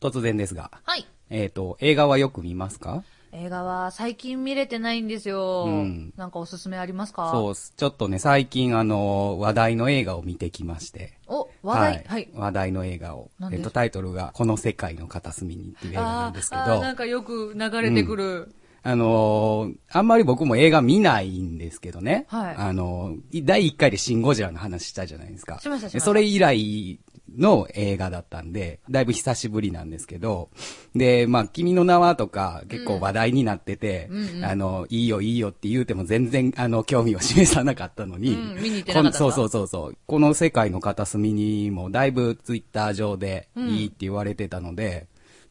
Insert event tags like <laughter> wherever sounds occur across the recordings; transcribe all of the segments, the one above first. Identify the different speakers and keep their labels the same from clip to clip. Speaker 1: 突然ですが。
Speaker 2: はい。
Speaker 1: えっ、と、映画はよく見ますか
Speaker 2: 映画は最近見れてないんですよ。
Speaker 1: うん
Speaker 2: なんかおすすめありますか
Speaker 1: そうっす、ちょっとね、最近あの、話題の映画を見てきまして。
Speaker 2: お、話題。はい。
Speaker 1: 話題の映画を。
Speaker 2: 何
Speaker 1: え
Speaker 2: で
Speaker 1: っ、
Speaker 2: しょう
Speaker 1: と、タイトルが、この世界の片隅にっていう映画なんですけど、
Speaker 2: あーあーなんかよく流れてくる。
Speaker 1: あのーあんまり僕も映画見ないんですけどね。
Speaker 2: はい
Speaker 1: あのーい第1回でシン・ゴジラの話したじゃないですか。
Speaker 2: しましたしました
Speaker 1: でそれ以来の映画だったんで、だいぶ久しぶりなんですけど、で、まあ、君の名はとか結構話題になってて、
Speaker 2: うんうん
Speaker 1: あの、いいよいいよって言うても全然、あの、興味を示さなかったのに、
Speaker 2: うん見に行ってなか
Speaker 1: こ
Speaker 2: ったんだ
Speaker 1: んそうそうそうそう。この世界の片隅にもだいぶツイッター上でいいって言われてたので、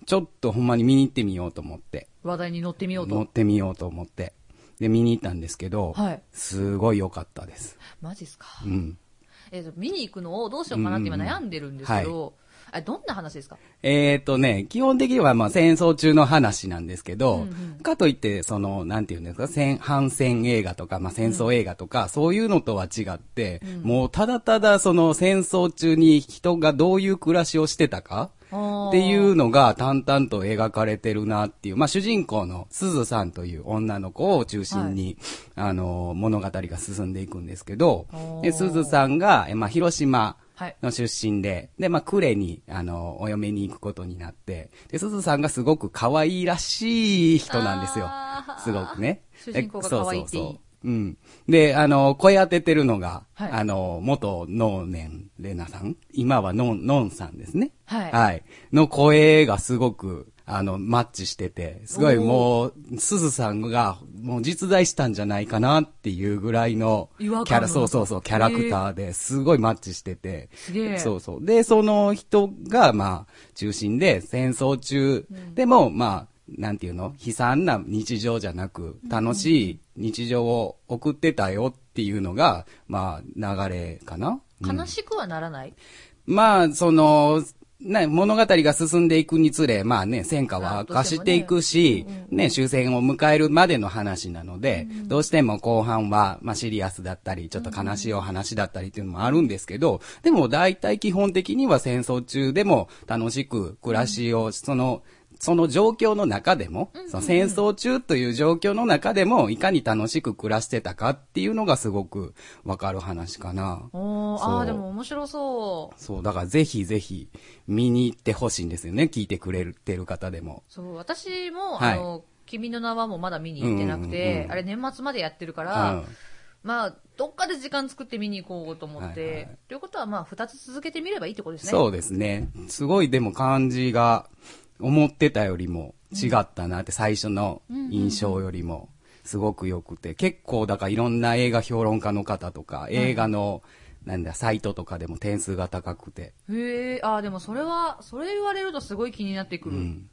Speaker 1: ちょっとほんまに見に行ってみようと思って。
Speaker 2: 話題に乗ってみよう
Speaker 1: 乗っ
Speaker 2: と。
Speaker 1: てみようと思って。で、見に行ったんですけど、
Speaker 2: はい
Speaker 1: すごい良かったです。
Speaker 2: マジっすか。
Speaker 1: うん。
Speaker 2: えっ、と、見に行くのをどうしようかなって今
Speaker 1: うんうんうん
Speaker 2: 悩んでるんですけど、あどんな話ですか
Speaker 1: えっ、とね、基本的にはまあ戦争中の話なんですけど、
Speaker 2: うんうん
Speaker 1: かといって、その、なんていうんですか、戦、反戦映画とか、まあ戦争映画とか、そういうのとは違って、もうただただその戦争中に人がどういう暮らしをしてたか、
Speaker 2: っ
Speaker 1: っていうのが淡々と描かれてるなっていう、まあ主人公の鈴さんという女の子を中心に、あの、物語が進んでいくんですけど
Speaker 2: お、ー
Speaker 1: で鈴さんが、えまあ広島、
Speaker 2: はい。
Speaker 1: の出身で、で、まあ、呉に、あの、お嫁に行くことになって、で、鈴さんがすごく可愛らしい人なんですよ
Speaker 2: あ。ー
Speaker 1: すごくね。
Speaker 2: 主人公が可愛いっていい
Speaker 1: でそうそうそううん。で、あの、声当ててるのが、
Speaker 2: はい
Speaker 1: あの、元能年玲奈さん今はのん、のんさんですね。
Speaker 2: はい
Speaker 1: の声がすごく、あの、マッチしてて、すごいもう、鈴さんが、もう実在したんじゃないかなっていうぐらいの、キ
Speaker 2: 違和感
Speaker 1: ャラ、そうそうそう、キャラクターですごいマッチしてて、
Speaker 2: すげえ
Speaker 1: そうそう。で、その人が、まあ、中心で、戦争中、でも、まあ、なんていうの悲惨な日常じゃなく、楽しい日常を送ってたよっていうのが、まあ、流れかな。うん
Speaker 2: 悲しくはならない、
Speaker 1: まあ、その、ね、物語が進んでいくにつれ、まあね、戦果は
Speaker 2: あ
Speaker 1: 悪化していくし、ね終戦を迎えるまでの話なので、どうしても後半は、まあシリアスだったり、ちょっと悲しいお話だったりっていうのもあるんですけど、でも大体基本的には戦争中でも楽しく暮らしを、その、その状況の中でも、その戦争中という状況の中でも、いかに楽しく暮らしてたかっていうのがすごくわかる話かな。
Speaker 2: おー
Speaker 1: そ
Speaker 2: あ
Speaker 1: う
Speaker 2: ー、でも面白そう。
Speaker 1: そう、だからぜひぜひ見に行ってほしいんですよね。聞いてくれてる方でも。
Speaker 2: そう、私も、
Speaker 1: はい
Speaker 2: あの、君の名はもうまだ見に行ってなくて、
Speaker 1: うんうんうん
Speaker 2: あれ年末までやってるか
Speaker 1: う
Speaker 2: ら、
Speaker 1: ん。
Speaker 2: まあ、どっかで時間作って見に行こうと思って、
Speaker 1: はいはい
Speaker 2: ということはまあ、二つ続けてみればいいってことですね。
Speaker 1: そうですね。すごいでも感じが思ってたよりも違ったなって、最初の印象よりもすごく良くて。結構だからいろんな映画評論家の方とか、映画の、なんだ、サイトとかでも点数が高くて。
Speaker 2: へえ、ああ、でもそれは、それ言われるとすごい気になってくる。
Speaker 1: うん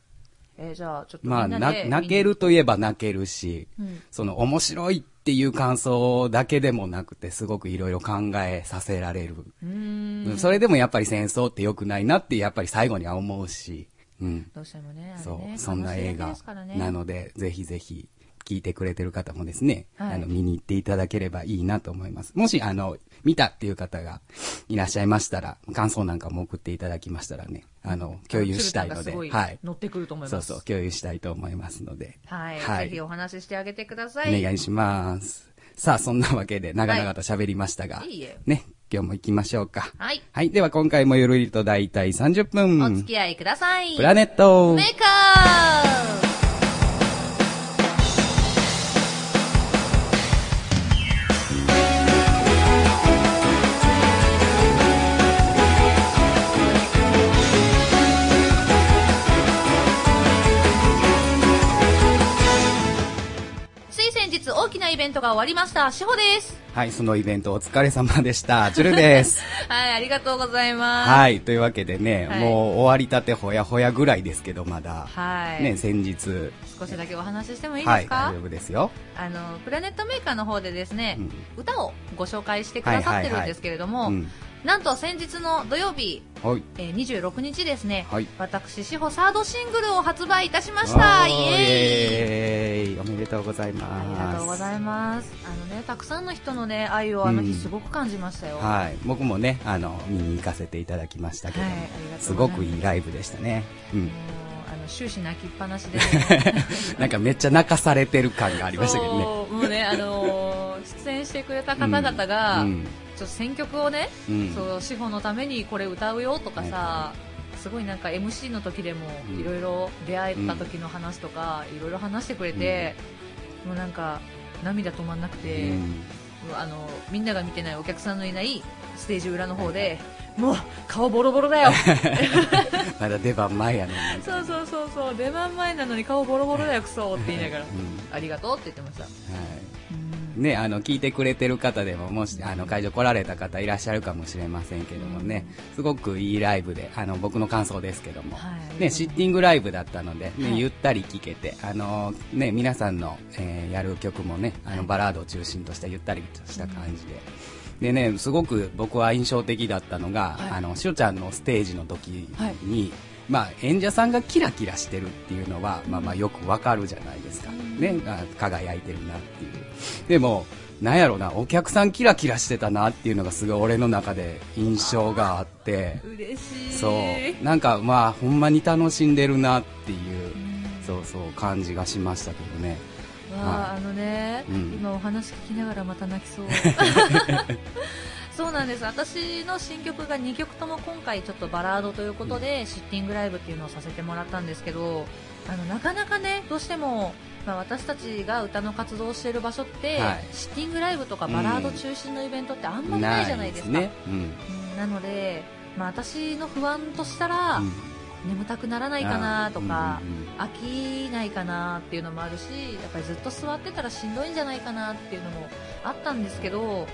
Speaker 2: えーじゃあ、ちょっとみ
Speaker 1: まあ、
Speaker 2: んな
Speaker 1: な
Speaker 2: で見に、
Speaker 1: 泣けるといえば泣けるし、
Speaker 2: うん
Speaker 1: その面白いっていう感想だけでもなくて、すごくいろいろ考えさせられる
Speaker 2: うーん。
Speaker 1: それでもやっぱり戦争って良くないなって、やっぱり最後には思うし、うん。
Speaker 2: どうしてもね、あれ
Speaker 1: そ
Speaker 2: ね
Speaker 1: う、そんな映
Speaker 2: 悲しいだけで
Speaker 1: 画
Speaker 2: すからね
Speaker 1: なので、ぜひぜひ、聞いてくれてる方もですね、
Speaker 2: はい
Speaker 1: あの、見に行っていただければいいなと思います。もし、あの、見たっていう方がいらっしゃいましたら、感想なんかも送っていただきましたらね、あの、共有したいの
Speaker 2: 鶴田がす
Speaker 1: で、
Speaker 2: ごい
Speaker 1: はい。
Speaker 2: 乗ってくると思い
Speaker 1: そ
Speaker 2: ま
Speaker 1: う
Speaker 2: す。
Speaker 1: そう、共有したいと思いますので、
Speaker 2: はい、
Speaker 1: はい
Speaker 2: ぜひお話ししてあげてくださ
Speaker 1: お
Speaker 2: い。
Speaker 1: 願いします。さあ、そんなわけで、長々と喋りましたが、
Speaker 2: はいいいえ
Speaker 1: ね、今日も行きましょうか。
Speaker 2: はい。
Speaker 1: はい。では今回もゆるりと大体30分。
Speaker 2: お付き合いください。
Speaker 1: プラネット
Speaker 2: メーカーつい先日大きなイベントが終わりました。しほです。
Speaker 1: はい、そのイベントお疲れ様でした。チュルです。
Speaker 2: <laughs> はい、ありがとうございます。
Speaker 1: はい、というわけでね、
Speaker 2: はい
Speaker 1: もう終わりたてほやほやぐらいですけど、まだ。
Speaker 2: はい
Speaker 1: ね、先日。
Speaker 2: 少しだけお話ししてもいいで
Speaker 1: は
Speaker 2: す
Speaker 1: い、
Speaker 2: か、
Speaker 1: 大丈夫ですよ。
Speaker 2: あのプラネットメーカーの方でですね、
Speaker 1: うん
Speaker 2: 歌をご紹介してくださってるんですけれども、
Speaker 1: うん
Speaker 2: なんと先日の土曜日、
Speaker 1: はい。
Speaker 2: えー、26日ですね、
Speaker 1: はい
Speaker 2: 私、志保サードシングルを発売いたしましたイ
Speaker 1: おー
Speaker 2: エーイ
Speaker 1: イエーイおめでとうござい
Speaker 2: あ
Speaker 1: ます。
Speaker 2: りがとうございます。あのね、たくさんの人のね、愛をあの日すごく感じましたよ。はい、
Speaker 1: はい。僕もね、あの、見に行かせていただきました
Speaker 2: あ
Speaker 1: け
Speaker 2: り
Speaker 1: ど
Speaker 2: が
Speaker 1: も、
Speaker 2: とうございます。
Speaker 1: すごく
Speaker 2: も
Speaker 1: いいライブでしたね。うん
Speaker 2: う。あの終始泣きっぱなし
Speaker 1: <laughs>
Speaker 2: で。
Speaker 1: なんかめっちゃ泣かされてる感がありましたけどね。
Speaker 2: そうもうね、あのー出演してくれた方々が、
Speaker 1: うん
Speaker 2: ちょっと選曲をね、
Speaker 1: うん
Speaker 2: そう志保のためにこれ歌うよとかさ、
Speaker 1: は
Speaker 2: すごいなんか MC の時でも
Speaker 1: うん
Speaker 2: いろいろ出会えた時の話とかいろいろ話してくれて、もうなんか涙止まんなくて、
Speaker 1: う
Speaker 2: も
Speaker 1: ん
Speaker 2: うあのみんなが見てないお客さんのいないステージ裏の方で、もう顔ボロボロだよ
Speaker 1: まだ出番前やのに。
Speaker 2: そうそうそうそう出番前なのに顔ボロボロだよクソって言いながら、
Speaker 1: うん
Speaker 2: ありがとうって言ってました、
Speaker 1: はい
Speaker 2: うん
Speaker 1: ね、あの、聞いてくれてる方でも、もし、あの、会場来られた方いらっしゃるかもしれませんけどもね、すごくいいライブで、あの、僕の感想ですけども、
Speaker 2: はい
Speaker 1: ね、シッティングライブだったので、ね
Speaker 2: はい
Speaker 1: ゆったり聴けて、あの、ね、皆さんの、えーやる曲もね、あ
Speaker 2: は
Speaker 1: の、
Speaker 2: い
Speaker 1: バラードを中心としたゆったりとした感じで、でね、すごく僕は印象的だったのが、
Speaker 2: はい
Speaker 1: あの、しおちゃんのステージの時に、
Speaker 2: はい
Speaker 1: まあ、演者さんがキラキラしてるっていうのは、まあまあよくわかるじゃないですか。ね、あ輝いてるなっていう。でも、なんやろな、お客さんキラキラしてたなっていうのがすごい俺の中で印象があって、
Speaker 2: 嬉しい
Speaker 1: そう。なんかまあ、ほんまに楽しんでるなっていう、そうそう、感じがしましたけどね。
Speaker 2: わあ、
Speaker 1: は
Speaker 2: あのね、
Speaker 1: うん
Speaker 2: 今お話聞きながらまた泣き
Speaker 1: <laughs>
Speaker 2: そうそうなんです私の新曲が2曲とも今回ちょっとバラードということで、シッティングライブっていうのをさせてもらったんですけどあのなかなかねどうしても、まあ、私たちが歌の活動をしている場所って、
Speaker 1: はい
Speaker 2: シッティングライブとかバラード中心のイベントってあんまりないじゃないですか
Speaker 1: ね。うん。
Speaker 2: うんなので、まあ、私の不安としたら、
Speaker 1: うん
Speaker 2: 眠たくならないかなとか、
Speaker 1: うんうんうん
Speaker 2: 飽きないかなっていうのもあるしやっぱりずっと座ってたらしんどいんじゃないかなっていうのもあったんですけど、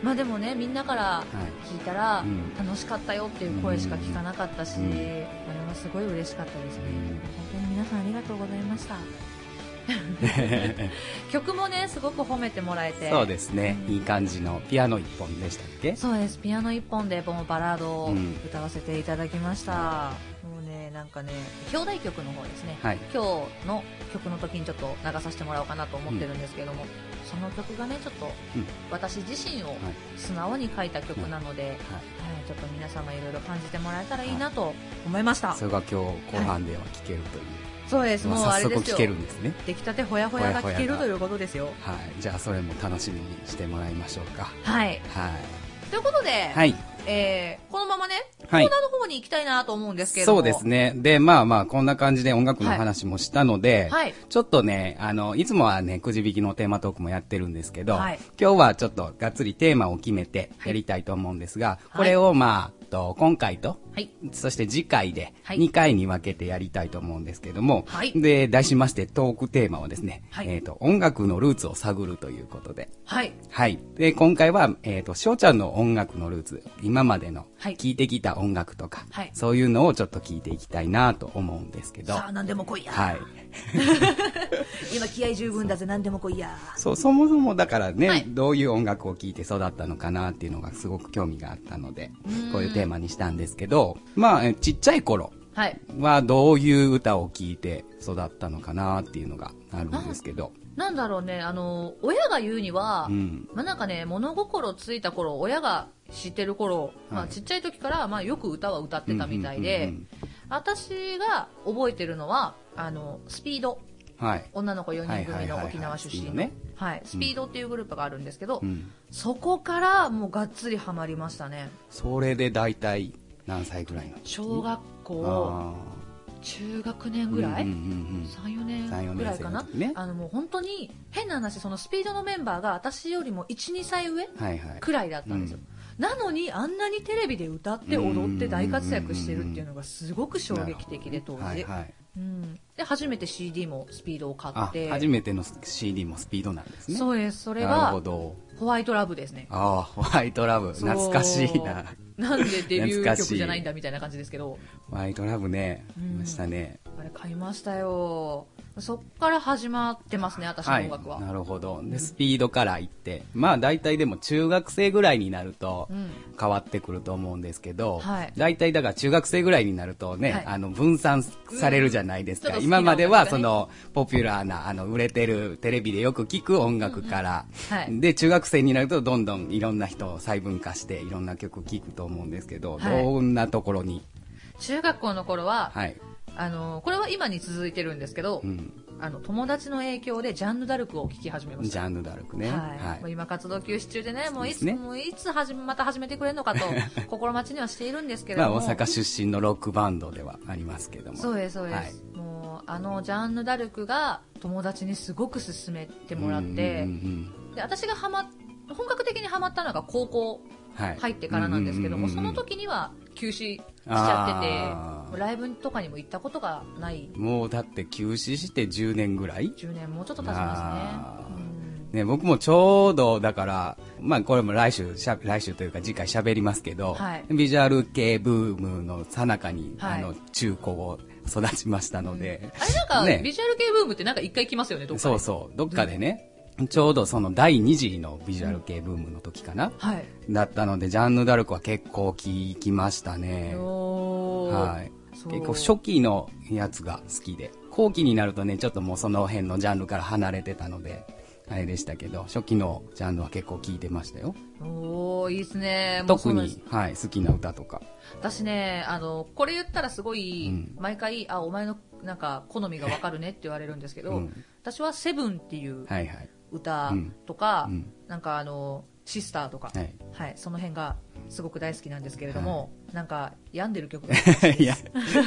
Speaker 2: まあ、でもねみんなから聞いたら、 <laughs>
Speaker 1: うん
Speaker 2: 楽しかったよっていう声しか聞かなかったし、
Speaker 1: うん
Speaker 2: あれはすごい嬉しかったですね、
Speaker 1: うん
Speaker 2: 本当に皆さんありがとうございました曲もねすごく褒めてもらえて
Speaker 1: そうですね、
Speaker 2: うん
Speaker 1: いい感じのピアノ一本でしたっけ
Speaker 2: そうですピアノ一本でもうバラードを
Speaker 1: うん
Speaker 2: 歌わせていただきました、もうねなんかね兄弟曲の方ですね、
Speaker 1: はい
Speaker 2: 今日の曲の時にちょっと流させてもらおうかなと思ってるんですけども、その曲がねちょっと
Speaker 1: うん
Speaker 2: 私自身を
Speaker 1: はい
Speaker 2: 素直に書いた曲なので、はいちょっと皆様いろいろ感じてもらえたらいいなと思いました、
Speaker 1: それが今日後半では聞けるという、
Speaker 2: そうですもう
Speaker 1: まあ
Speaker 2: あれ
Speaker 1: 早
Speaker 2: で
Speaker 1: 速
Speaker 2: す
Speaker 1: 聞
Speaker 2: よ
Speaker 1: けるんですね
Speaker 2: 出来たてほやほやが聴けるということですよ
Speaker 1: はいじゃあそれも楽しみにしてもらいましょうか
Speaker 2: はい
Speaker 1: は
Speaker 2: ということで、
Speaker 1: いはい
Speaker 2: えーこのままねコー
Speaker 1: は
Speaker 2: ナ
Speaker 1: い
Speaker 2: ーの方に行きたいなと思うんですけれども
Speaker 1: そうですねでまあまあこんな感じで音楽の話もしたので、
Speaker 2: はい
Speaker 1: ちょっとね、あの、いつもはね、くじ引きのテーマトークもやってるんですけど、
Speaker 2: はい
Speaker 1: 今日はちょっとがっつりテーマを決めてやりたいと思うんですが、これをまあ、と今回と
Speaker 2: はい
Speaker 1: そして次回で
Speaker 2: はい
Speaker 1: 2回に分けてやりたいと思うんですけども、
Speaker 2: はい
Speaker 1: で、題しましてトークテーマはですね、
Speaker 2: はい
Speaker 1: えっ、と、音楽のルーツを探るということで、
Speaker 2: はい
Speaker 1: はい。で、今回は、えっ、と、しおちゃんの音楽のルーツ、今までの、
Speaker 2: はい
Speaker 1: 聴いてきた音楽とか、
Speaker 2: はい
Speaker 1: そういうのをちょっと聞いていきたいなと思うんですけど、
Speaker 2: さあ何でも来いや、
Speaker 1: はい。
Speaker 2: 今気合十分だぜ何でも来いや
Speaker 1: そう、そもそもだからね、
Speaker 2: はい
Speaker 1: どういう音楽を聴いて育ったのかなっていうのがすごく興味があったので、こういうテーマにしたんですけど、まあ、えちっちゃい頃、
Speaker 2: はい
Speaker 1: はどういう歌を聴いて育ったのかなっていうのがあるんですけど。
Speaker 2: なんだろうねあの親が言うには、
Speaker 1: うん。
Speaker 2: まあなんかね物心ついた頃親が知ってる頃、まあ、
Speaker 1: はい
Speaker 2: ちっちゃい時から、まあ、よく歌は歌ってたみたいで、
Speaker 1: うんうんうん
Speaker 2: 私が覚えてるのはあのスピード
Speaker 1: はい。
Speaker 2: 女の子4人組
Speaker 1: はいはいはい
Speaker 2: の
Speaker 1: はい
Speaker 2: 沖縄出
Speaker 1: ス
Speaker 2: 身の、
Speaker 1: ピードね
Speaker 2: はい、スピードっていうグループがあるんですけど、
Speaker 1: うん。
Speaker 2: そこからもうがっつりハマりましたね
Speaker 1: それで大体何歳ぐらいの
Speaker 2: 小学校
Speaker 1: あ
Speaker 2: 中学年
Speaker 1: ー
Speaker 2: ぐらい、
Speaker 1: うんうんうん3
Speaker 2: 34
Speaker 1: 4
Speaker 2: 年ぐらいかな、
Speaker 1: 年生の時ね
Speaker 2: あのもう本当に変な話そのスピードのメンバーが私よりも12歳上
Speaker 1: うん。はいはい。
Speaker 2: くらいだったんですよ、なのにあんなにテレビで歌って踊って大活躍してるっていうのがすごく衝撃的で当時、
Speaker 1: はいはい。
Speaker 2: うん、で初めて CD もスピードを買っ
Speaker 1: あ
Speaker 2: て、
Speaker 1: 初めての CD もスピードなんですね。う。
Speaker 2: そうですそれ
Speaker 1: なるほ
Speaker 2: は
Speaker 1: ど。
Speaker 2: ホワイトラブですね
Speaker 1: ああ、ホ <laughs> ワイトラブ。
Speaker 2: そう
Speaker 1: 懐かしいな。
Speaker 2: なんでデビュ
Speaker 1: 懐
Speaker 2: ー
Speaker 1: かしい
Speaker 2: 曲じゃないんだみたいな感じですけど
Speaker 1: ホワイトラブね。
Speaker 2: う
Speaker 1: あ
Speaker 2: ん
Speaker 1: りましたね。
Speaker 2: あれ買いましたよそっから始まってますね私の音楽は、
Speaker 1: なるほどでスピードからいってまあ大体でも中学生ぐらいになると
Speaker 2: うん
Speaker 1: 変わってくると思うんですけど、
Speaker 2: はい
Speaker 1: 大体だから中学生ぐらいになるとね、
Speaker 2: はい
Speaker 1: あの分散されるじゃないです
Speaker 2: うんち
Speaker 1: か、
Speaker 2: ょっと好きな
Speaker 1: 今まではそ
Speaker 2: 音楽
Speaker 1: のポピュラーなあの売れてるテレビでよく聞く音楽から、
Speaker 2: うんはい
Speaker 1: で中学生になるとどんどんいろんな人を細分化していろんな曲聞くと思うんですけど、
Speaker 2: はい
Speaker 1: どんなところに
Speaker 2: 中学校の頃は、
Speaker 1: はい、
Speaker 2: あのこれは今に続いてるんですけど、
Speaker 1: うん、
Speaker 2: あの友達の影響でジャンヌ・ダルクを聴き始めまし
Speaker 1: ジ
Speaker 2: た
Speaker 1: ャンヌ・ダルクね、
Speaker 2: はい
Speaker 1: はい
Speaker 2: もう今活動休止中でね、もうい
Speaker 1: そう
Speaker 2: つ、
Speaker 1: ですね
Speaker 2: もういつ始めまた始めてくれるのかと
Speaker 1: <laughs>
Speaker 2: 心待ちにはしているんですけれ
Speaker 1: ま
Speaker 2: ど
Speaker 1: あ、
Speaker 2: も、
Speaker 1: 大阪出身のロックバンドではありますけども
Speaker 2: そうですそうです、
Speaker 1: はい
Speaker 2: もうあのジャンヌ・ダルクが友達にすごく勧めてもらって、
Speaker 1: うんうんうん
Speaker 2: で私がハマ本格的にハマったのが高校
Speaker 1: うんはい
Speaker 2: 入ってからなんですけども、
Speaker 1: うんうんうんう
Speaker 2: そ
Speaker 1: ん
Speaker 2: の時には休止しちゃ
Speaker 1: あ
Speaker 2: って
Speaker 1: ー
Speaker 2: てライブとかにも行ったことがない
Speaker 1: もうだって休止して10年ぐらい
Speaker 2: 10年もうちょっと経ち
Speaker 1: あ
Speaker 2: ま
Speaker 1: ー
Speaker 2: すね、うん
Speaker 1: ね、僕もちょうど、だから、まあこれも来週しゃ、来週というか次回喋りますけど、
Speaker 2: はい
Speaker 1: ビジュアル系ブームの最中に、
Speaker 2: はい
Speaker 1: あの、中高を育ちましたので、
Speaker 2: あれなんか、
Speaker 1: ね
Speaker 2: ビジュアル系ブームってなんか一回来ますよねどっか
Speaker 1: そう
Speaker 2: で
Speaker 1: そう、どっかでね、ちょうどその第2次のビジュアル系ブームの時かな、
Speaker 2: はい
Speaker 1: だったので、ジャンヌ・ダルクは結構聞きましたね。
Speaker 2: おー
Speaker 1: はい。
Speaker 2: そう
Speaker 1: 結構初期のやつが好きで、後期になるとね、ちょっともうその辺のジャンルから離れてたので、あれでしたけど、初期のジャンルは結構聞いてましたよ。
Speaker 2: おーいいですねもうそ
Speaker 1: 特
Speaker 2: うなんです
Speaker 1: に、はい、好きな歌とか。
Speaker 2: 私ねあのこれ言ったらすごい、
Speaker 1: うん
Speaker 2: 毎回あお前のなんか好みがわかる
Speaker 1: <laughs>
Speaker 2: ねって言われるんですけど、
Speaker 1: うん
Speaker 2: 私は「セブンっていう
Speaker 1: はいはい。 <laughs>
Speaker 2: 歌とか、
Speaker 1: うん
Speaker 2: なんかあのシスターとか、は
Speaker 1: はいい
Speaker 2: その辺がすごく大好きなんですけれども、なんか病んでる曲
Speaker 1: <laughs>
Speaker 2: が
Speaker 1: いや、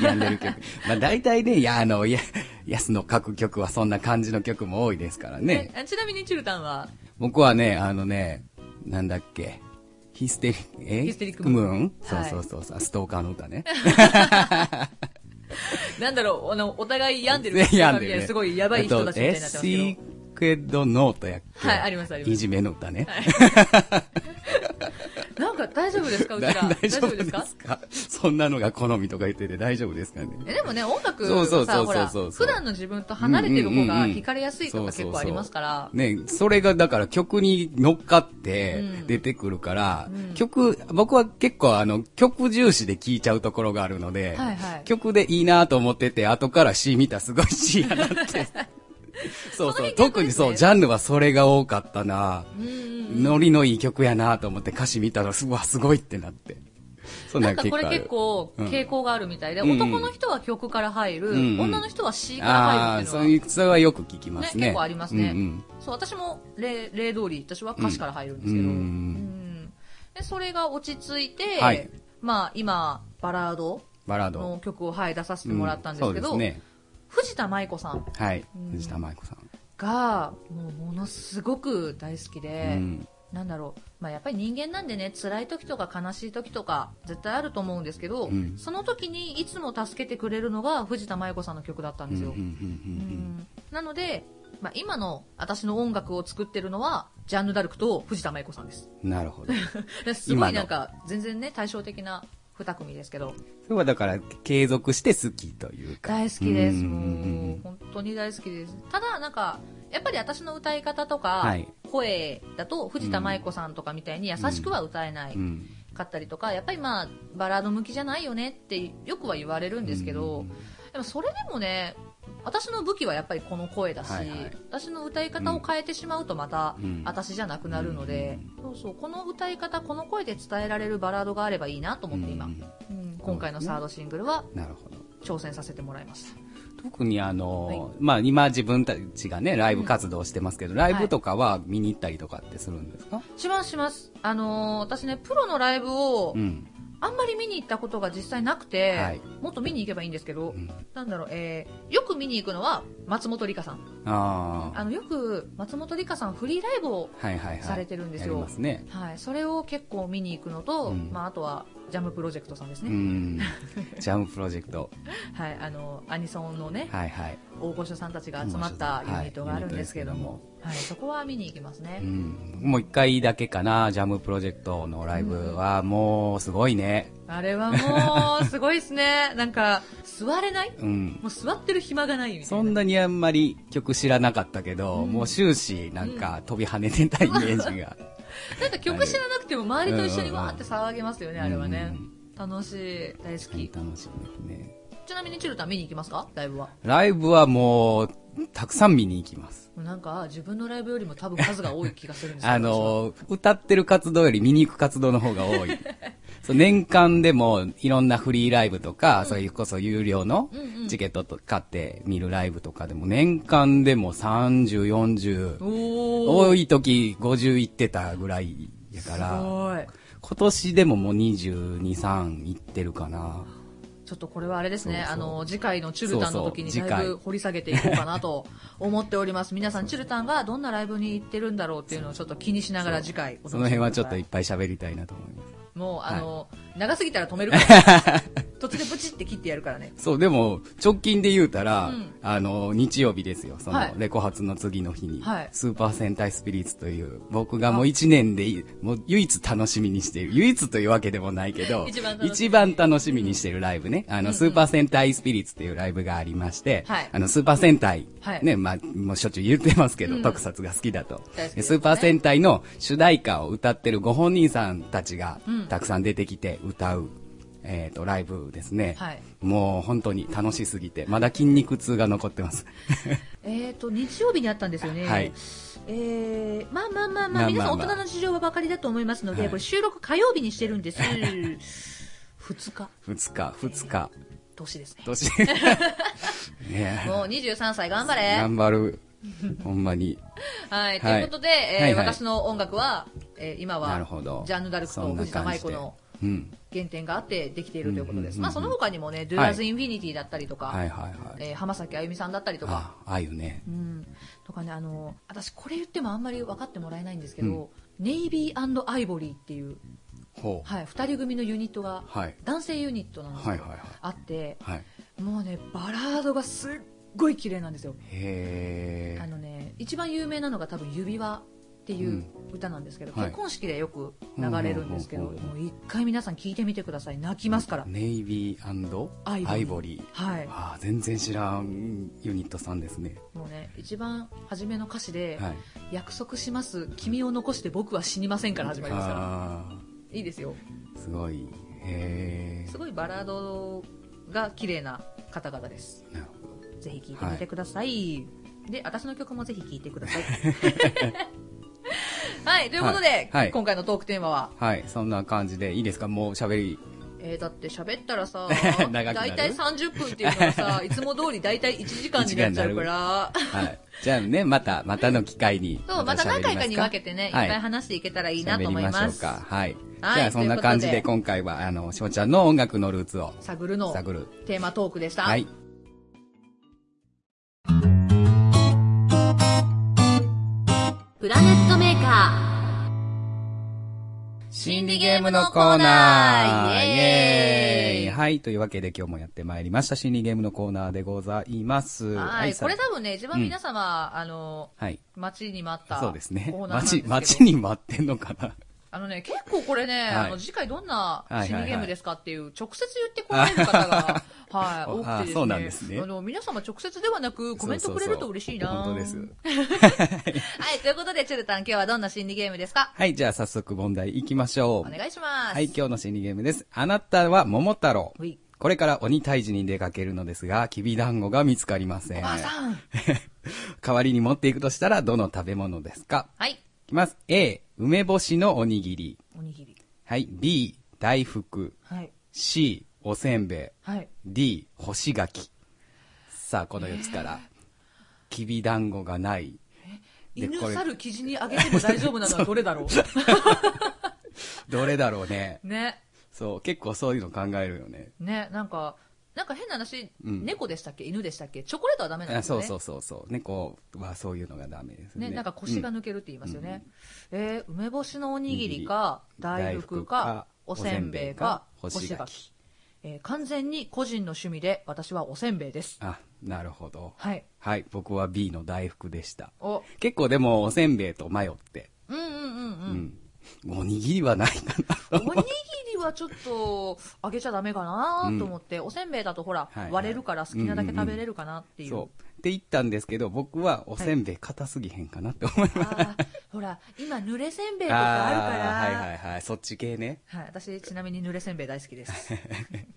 Speaker 1: やんでる曲。まあ大体ね、いや、あの、いや、安の書く曲はそんな感じの曲も多いですからね。
Speaker 2: えちなみにチュルタンは
Speaker 1: 僕はね、あのね、なんだっけ、ヒステリック、え
Speaker 2: ヒステリックムーン
Speaker 1: そう
Speaker 2: はい
Speaker 1: そうそうそう、ストーカーの歌ね。
Speaker 2: なんだろうあのお互い病んでる
Speaker 1: 全
Speaker 2: 曲
Speaker 1: 員 <laughs>
Speaker 2: が
Speaker 1: 病んでる
Speaker 2: みたい
Speaker 1: ね
Speaker 2: なすごいやばい人たちみたいになってますけど、
Speaker 1: えっとえシークレットノートやっけ
Speaker 2: はいありますあります
Speaker 1: いじめの歌ね。 <laughs>
Speaker 2: なんか大丈夫ですかうち
Speaker 1: <laughs>
Speaker 2: ら
Speaker 1: だ
Speaker 2: 大丈夫ですか
Speaker 1: か <laughs> そんなのが好みとか言ってて大丈夫ですかね。
Speaker 2: えでもね音楽
Speaker 1: そうそうそうそ
Speaker 2: さ
Speaker 1: う
Speaker 2: ほら
Speaker 1: そうそう
Speaker 2: 普段の自分と離れてる方
Speaker 1: うんうん
Speaker 2: が
Speaker 1: うんうん
Speaker 2: 惹かれやすいとか結構ありますから
Speaker 1: そうそうそうね、それがだから曲に乗っかって
Speaker 2: うん
Speaker 1: 出てくるから、
Speaker 2: うん
Speaker 1: 曲、僕は結構あの曲重視で聴いちゃうところがあるので、
Speaker 2: はいはい
Speaker 1: 曲でいいなと思ってて、後から詩見たらすごい詩やな
Speaker 2: <laughs>
Speaker 1: って。そう
Speaker 2: そ
Speaker 1: そ
Speaker 2: の
Speaker 1: う、
Speaker 2: 辺逆ですね
Speaker 1: 特にそう、ジャンルはそれが多かったな。
Speaker 2: うんうん
Speaker 1: ノリのいい曲やなと思って歌詞見たら、うわ、すごいってなって。そん
Speaker 2: なん
Speaker 1: な
Speaker 2: か
Speaker 1: 結構
Speaker 2: こ
Speaker 1: あ
Speaker 2: れ
Speaker 1: る。
Speaker 2: 結構傾向があるみたいで、
Speaker 1: うんうん
Speaker 2: 男の人は曲から入る、
Speaker 1: んうん
Speaker 2: 女の人は詩から
Speaker 1: あ
Speaker 2: 入る
Speaker 1: あ、
Speaker 2: ってい
Speaker 1: そう
Speaker 2: うの
Speaker 1: いう、それはよく聞きま
Speaker 2: は、ね
Speaker 1: すね。
Speaker 2: 結構ありますね、
Speaker 1: うんうん
Speaker 2: そう私も例例通り私は歌詞から入るんですけど、
Speaker 1: うん
Speaker 2: うんでそれが落ち着いて、
Speaker 1: はい
Speaker 2: まあ、今バラード
Speaker 1: バラード。
Speaker 2: の曲を、はい、出させてもらったんですけど、
Speaker 1: うんそうですね。
Speaker 2: 藤田舞子さん
Speaker 1: はい。
Speaker 2: うん
Speaker 1: 藤田舞子さん。
Speaker 2: がもうものすごく大好きで、
Speaker 1: うん
Speaker 2: なんだろう、まあ、やっぱり人間なんでね辛い時とか悲しい時とか絶対あると思うんですけど、
Speaker 1: うん
Speaker 2: その時にいつも助けてくれるのが藤田麻由子さんの曲だったんですよ、
Speaker 1: うんうん
Speaker 2: うんなので、まあ、今の私の音楽を作ってるのはジャンヌ・ダルクと藤田麻由子さんです <laughs>
Speaker 1: うんうんなるほど。
Speaker 2: すごいなんか全然ね対照的な2組ですけど
Speaker 1: それはだから、継続して好きというか。
Speaker 2: 大好きです、
Speaker 1: うんうん
Speaker 2: もう本当に大好きですただなんかやっぱり私の歌い方とか、
Speaker 1: はい
Speaker 2: 声だと藤田麻由子さんとかみたいに優しくは歌えない、
Speaker 1: うんうん
Speaker 2: かったりとかやっぱりまあバラード向きじゃないよねってよくは言われるんですけど、
Speaker 1: うん
Speaker 2: でもそれでもね私の武器はやっぱりこの声だし、
Speaker 1: はいはい
Speaker 2: 私の歌い方を変えてしまうとまた
Speaker 1: うん
Speaker 2: 私じゃなくなるので、そうそうこの歌い方この声で伝えられるバラードがあればいいなと思って今、
Speaker 1: う
Speaker 2: うんん今回のサードシングルは
Speaker 1: なるほど。
Speaker 2: 挑戦させてもらいました
Speaker 1: 特にあの、
Speaker 2: はい
Speaker 1: まあ今自分たちがね、ライブ活動してますけど、ライブとかは見に行ったりとかってするんですか、
Speaker 2: しますしますあのー私ねプロのライブを
Speaker 1: うん。
Speaker 2: あんまり見に行ったことが実際なくて、
Speaker 1: はい
Speaker 2: もっと見に行けばいいんですけど、
Speaker 1: うん
Speaker 2: なんだろう、えーよく見に行くのは松本里香さん
Speaker 1: ああ。
Speaker 2: あのよく松本里香さんフリーライブを、
Speaker 1: はいはいはい。
Speaker 2: されてるんですよ
Speaker 1: やりますね。
Speaker 2: はい、それを結構見に行くのと、
Speaker 1: うん
Speaker 2: まあ、あとはジャムプロジェクトさんです
Speaker 1: う
Speaker 2: ね、 <laughs>
Speaker 1: ん。ジャムプロジェクト。
Speaker 2: はい、あのアニソンのね、
Speaker 1: はいはい。
Speaker 2: 大御所さんたちが集まったユニットがあるんですけども、はいそこは見に行きますね、
Speaker 1: うん、もう一回だけかな、ジャムプロジェクトのライブは、もうすごいね。
Speaker 2: あれはもう、すごいですね。なんか、座れない
Speaker 1: うん。
Speaker 2: もう座ってる暇がないみたいな。
Speaker 1: そんなにあんまり曲知らなかったけど、もう終始なんか飛び跳ねてたイメージが。
Speaker 2: なんか曲知らなくても周りと一緒にわーって騒げますよね、
Speaker 1: うん
Speaker 2: あれはね
Speaker 1: う。
Speaker 2: 楽しい、大好き。
Speaker 1: 楽しみですね。
Speaker 2: ちなみにチルタン見に行きますかライブは。
Speaker 1: ライブはもう、たくさん見に行きます。
Speaker 2: なんか、自分のライブよりも多分数が多い気がするんですけ
Speaker 1: <laughs>
Speaker 2: ど
Speaker 1: あの、歌ってる活動より見に行く活動の方が多
Speaker 2: <laughs>
Speaker 1: い。そう年間でもいろんなフリーライブとか、それこそ有料の
Speaker 2: うんうん
Speaker 1: チケットと買って見るライブとかでも年間でも30、40、
Speaker 2: おー。
Speaker 1: 多い時50行ってたぐらいや
Speaker 2: す
Speaker 1: から、
Speaker 2: ごい。
Speaker 1: 今年でももう22、3行ってるかな。
Speaker 2: ちょっとこれはあれです
Speaker 1: そう
Speaker 2: ね、
Speaker 1: そう
Speaker 2: あの、次回のチュルタンの時に
Speaker 1: そうそう
Speaker 2: だい
Speaker 1: 次
Speaker 2: ぶ
Speaker 1: 回
Speaker 2: 掘り下げていこうかなと思っております。皆さん、チュルタンがどんなライブに行ってるんだろうっていうのをちょっと気にしながら次回お楽しみください
Speaker 1: その辺はちょっといっぱい喋りたいなと思います。
Speaker 2: もう、あの、長すぎたら止めるから。
Speaker 1: <laughs>
Speaker 2: 途中でブチって切ってやるからね。
Speaker 1: そう、でも、直近で言うたら、
Speaker 2: うん
Speaker 1: あの、日曜日ですよ。そ
Speaker 2: はい
Speaker 1: の、レコ発の次の日に、
Speaker 2: はい
Speaker 1: スーパー戦隊スピリッツという、僕がもう一年でい、もう唯一楽しみにしている、唯一というわけでもないけど、
Speaker 2: 一番楽しみ
Speaker 1: 一番楽しみにしているライブね。あの、スーパー戦隊スピリッツというライブがありまして、
Speaker 2: はい
Speaker 1: あの、スーパー戦隊、
Speaker 2: はい
Speaker 1: ね、まあ、もうしょっちゅう言ってますけど、
Speaker 2: うん
Speaker 1: 特撮が好きだと。
Speaker 2: 大好きですね
Speaker 1: スーパー戦隊の主題歌を歌ってるご本人さんたちが
Speaker 2: うん、
Speaker 1: たくさん出てきて歌う、えっ、と、ライブですね。
Speaker 2: はい
Speaker 1: もう本当に楽しすぎて、まだ筋肉痛が残ってます。
Speaker 2: えっ、と、日曜日にあったんですよね。
Speaker 1: はい
Speaker 2: えーまあまあま
Speaker 1: まあま
Speaker 2: あま
Speaker 1: あま
Speaker 2: あ、
Speaker 1: あ
Speaker 2: 皆さん大人の事情はばかりだと思いますので、
Speaker 1: はい
Speaker 2: これ収録火曜日にしてるんです。2日、
Speaker 1: 二日、二日、
Speaker 2: 年ですね。
Speaker 1: 年。
Speaker 2: <laughs>
Speaker 1: ね
Speaker 2: もう23歳頑張
Speaker 1: え
Speaker 2: れ
Speaker 1: 頑張る。ほんまに。
Speaker 2: はい、ということで、えー
Speaker 1: はいはい
Speaker 2: 私の音楽は、えー今
Speaker 1: な
Speaker 2: は
Speaker 1: るほど。
Speaker 2: ジャンヌ・ダルク
Speaker 1: そ
Speaker 2: と
Speaker 1: んな
Speaker 2: 藤田
Speaker 1: 感
Speaker 2: 舞
Speaker 1: じ
Speaker 2: 子
Speaker 1: で
Speaker 2: の
Speaker 1: うん。
Speaker 2: 原点があってできているということで
Speaker 1: うんうんう
Speaker 2: す。
Speaker 1: んうん
Speaker 2: まあその他にもね、Do As Infinity だったりとか、
Speaker 1: はいはいはい。
Speaker 2: えー浜崎あゆみさんだったりとか、
Speaker 1: あ、ああいうね
Speaker 2: う。ん、とかねあの私これ言ってもあんまり分かってもらえないんですけど、ネイビーアイボリーっていう、
Speaker 1: ほう。
Speaker 2: はい、2人組のユニットが、
Speaker 1: はい
Speaker 2: 男性ユニットなんですよ、
Speaker 1: はいはいはい
Speaker 2: あって
Speaker 1: はい。
Speaker 2: もうねバラードがすっごい綺麗なんですよ
Speaker 1: へ
Speaker 2: あ
Speaker 1: え。
Speaker 2: のね一番有名なのが多分「指輪」っていう歌なんですけど、
Speaker 1: はい
Speaker 2: 結婚式でよく流れるんですけど、
Speaker 1: うんうんうんうん
Speaker 2: もう一回皆さん聞いてみてください泣きますから、
Speaker 1: ネイビー
Speaker 2: アイボリー
Speaker 1: アイボリー。
Speaker 2: はい
Speaker 1: ああ、全然知らんユニットさんですね。
Speaker 2: もうね一番初めの歌詞で、
Speaker 1: はい。
Speaker 2: 約束します君を残して僕は死にません」から始まりますか
Speaker 1: あ
Speaker 2: らいいですよ
Speaker 1: あ、すごい。へ
Speaker 2: すごいバラードが綺麗な方々です。
Speaker 1: え。なるほど。
Speaker 2: ぜひ聴いてみてください。で、私の曲もぜひ聴いてく
Speaker 1: <laughs>
Speaker 2: ださい。はい、ということで、
Speaker 1: はいはい
Speaker 2: 今回のトークテーマは、
Speaker 1: はい、そんな感じで、いいですかもう喋り、
Speaker 2: えー、だって喋ったらさ
Speaker 1: <laughs> 長、くなる
Speaker 2: だいたい30分っていうのが
Speaker 1: <laughs>
Speaker 2: さ、いつも通りだいたい1時間になっちゃうから、
Speaker 1: はい。 <laughs> じゃあね、また、またの機会に。
Speaker 2: そう、また何回かに分け
Speaker 1: て
Speaker 2: てね、いっ
Speaker 1: は
Speaker 2: ぱ
Speaker 1: い
Speaker 2: い話していけたらいいな
Speaker 1: 喋
Speaker 2: と
Speaker 1: り
Speaker 2: 思い
Speaker 1: まし
Speaker 2: ま
Speaker 1: ょう
Speaker 2: す。
Speaker 1: か。はい。
Speaker 2: はい
Speaker 1: じゃあ、そんな感じ
Speaker 2: とい
Speaker 1: で
Speaker 2: うこと
Speaker 1: 今回は、あの、しょうちゃんの音楽のルーツを
Speaker 2: 探るの
Speaker 1: 探る。
Speaker 2: テーマトークでした。
Speaker 1: はい。
Speaker 2: プラネットメーカ
Speaker 1: 心
Speaker 2: 理ゲームのコーナー
Speaker 1: イ
Speaker 2: イエ
Speaker 1: エ
Speaker 2: ーイ
Speaker 1: ーイはい。というわけで今日もやってまいりました。心理ゲームのコーナーでございます。
Speaker 2: ー。はい、
Speaker 1: さ
Speaker 2: これ多分ね、一番皆様、あの、
Speaker 1: はい。
Speaker 2: 待ちに待ったコーナー
Speaker 1: そ
Speaker 2: な
Speaker 1: うんで
Speaker 2: ですす
Speaker 1: ね待ち、
Speaker 2: けど。。
Speaker 1: 待ちに待ってんのかな。 <laughs>
Speaker 2: あのね、結構これね、
Speaker 1: い
Speaker 2: あの次回どんな
Speaker 1: はい
Speaker 2: 心理ゲームですかっていう、直接言ってこられる方
Speaker 1: <laughs>
Speaker 2: が、はい、多くてですね。
Speaker 1: あそうなんですね
Speaker 2: あの、皆様直接ではなく、コメントくれると嬉しいな
Speaker 1: そうそうそう本当
Speaker 2: <laughs>
Speaker 1: です。
Speaker 2: はい、ということで、チュルタン、今日はどんな心理ゲームですか
Speaker 1: はい。じゃあ、早速問題行きましょ
Speaker 2: お
Speaker 1: う。
Speaker 2: 願いします。
Speaker 1: はい、今日の心理ゲームです。あなたは桃太郎
Speaker 2: ほい。
Speaker 1: これから鬼退治に出かけるのですが、きび団子が見つかりません。
Speaker 2: おばあさん。
Speaker 1: <laughs> 代わりに持っていくとしたら、どの食べ物ですか
Speaker 2: はい、
Speaker 1: いきます。A、梅干しのおにぎり。
Speaker 2: おにぎり。
Speaker 1: はい。B、大福。
Speaker 2: はい、
Speaker 1: C、おせんべ
Speaker 2: はい。
Speaker 1: い。D、干し柿。さあ、この4つから、きび団子がない。で
Speaker 2: 犬
Speaker 1: こ、れ
Speaker 2: 猿、キジにあげても大丈夫なのはどれだろ
Speaker 1: <laughs>
Speaker 2: う
Speaker 1: どれだろうね。
Speaker 2: ね、
Speaker 1: そう、結構そういうの考えるよね。
Speaker 2: ね、なんか、なんか変な話、
Speaker 1: うん
Speaker 2: 猫でしたっけ犬でしたっけチョコレートはダメなん
Speaker 1: あ
Speaker 2: ですよ
Speaker 1: そ
Speaker 2: ね。
Speaker 1: うそうそうそう。猫はそういうのがダメですね。
Speaker 2: ね、なんか腰が抜けるって言いますよね。えー梅干しのおにぎりか、大
Speaker 1: 大
Speaker 2: 福
Speaker 1: 福
Speaker 2: か
Speaker 1: か、
Speaker 2: おせんべいか、
Speaker 1: お
Speaker 2: 干
Speaker 1: せんべいか干
Speaker 2: し柿。えー完全に個人の趣味で、私はおせんべいです。
Speaker 1: あ、なるほど。
Speaker 2: はい。
Speaker 1: はい、僕は B の大福でした。
Speaker 2: お、
Speaker 1: 結構でも、おせんべいと迷って。
Speaker 2: うんうんうんう。
Speaker 1: うんん。おにぎりはないか
Speaker 2: おにぎりはちょっとあげちゃダメかなと思って、おせんべいだとほら、
Speaker 1: はいはい
Speaker 2: 割れるから好きなだけ食べれるかなってい
Speaker 1: な。
Speaker 2: う。
Speaker 1: そう。って言ったんですけど、僕はおせんべい硬すぎへんかなって思いま
Speaker 2: あーほら、今濡れせんべい
Speaker 1: す。
Speaker 2: とかあるから。
Speaker 1: あーはいはいはい。そっち系ね。
Speaker 2: はい、私ちなみに濡れせんべい大好きです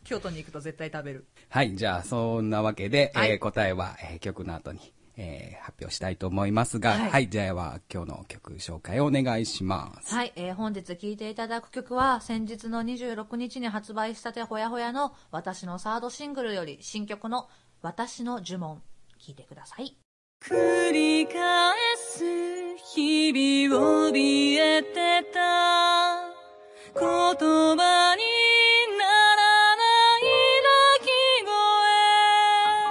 Speaker 2: 京都に行くと絶対食べる
Speaker 1: はい、じゃあ、そんなわけで、
Speaker 2: は
Speaker 1: えー
Speaker 2: い
Speaker 1: 答えは、えー曲の後に、えー発表したいと思いますが、は、
Speaker 2: はいい
Speaker 1: じゃあ、今日の曲紹介をお願いします。
Speaker 2: はい、えー本日聴いていただく曲は先日の26日に発売したてほやほやの私のサードシングルより新曲の「私の呪文」聴いてください
Speaker 3: 繰り返す日々怯えてた言葉になら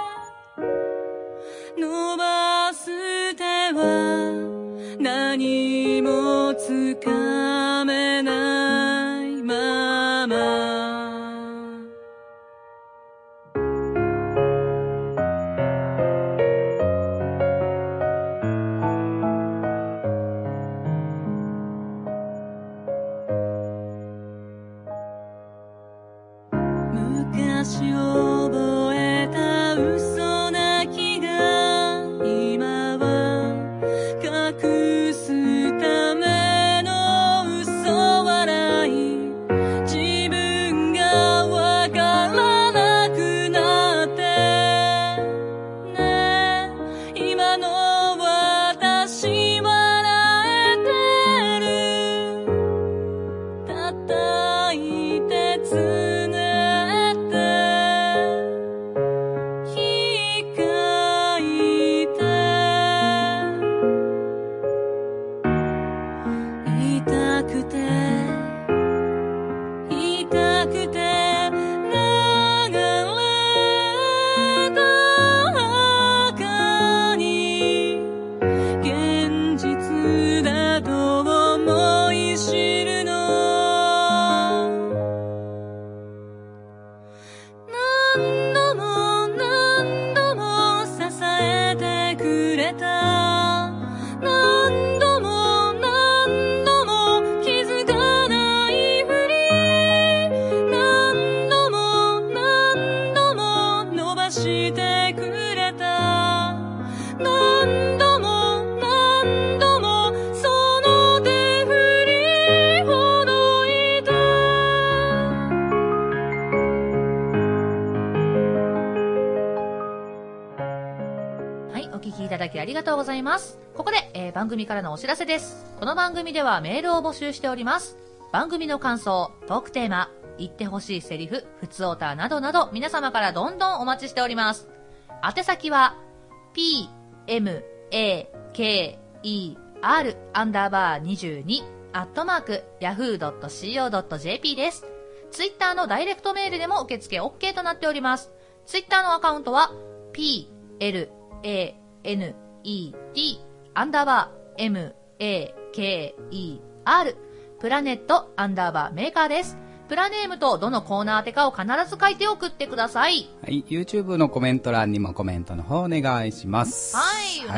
Speaker 3: ない鳴き声伸ばす手は何もつかめないまま昔覚えた嘘泣きが今は隠すための嘘笑い自分がわからなくなってねえ今の私笑えてる叩いてつねってひっかいて痛くて痛くて流れた中に現実だと思い知るの何度も何度も支えてくれた何度も何度も気づかないふり何度も何度も伸ばしてくれた何度も何度もその手振りほどいた
Speaker 2: はい、お聴きいただきありがとうございます。ここで、えー番組からのお知らせです。この番組ではメールを募集しております。番組の感想、トークテーマ、言ってほしいセリフ、ふつおたなどなど、皆様からどんどんお待ちしております。宛先は、p, m, a, k, e, r, アンダーバー22、アットマーク、yahoo.co.jp です。ツイッターのダイレクトメールでも受付 OK となっております。ツイッターのアカウントは、p, l, a, n, e, t, アンダーバー、m, a, k, e, r、プラネット、アンダーバー、メーカーです。プラネームとどのコーナー宛てかを必ず書いて送ってください。
Speaker 1: はい、YouTube のコメント欄にもコメントの方お願いします。
Speaker 2: は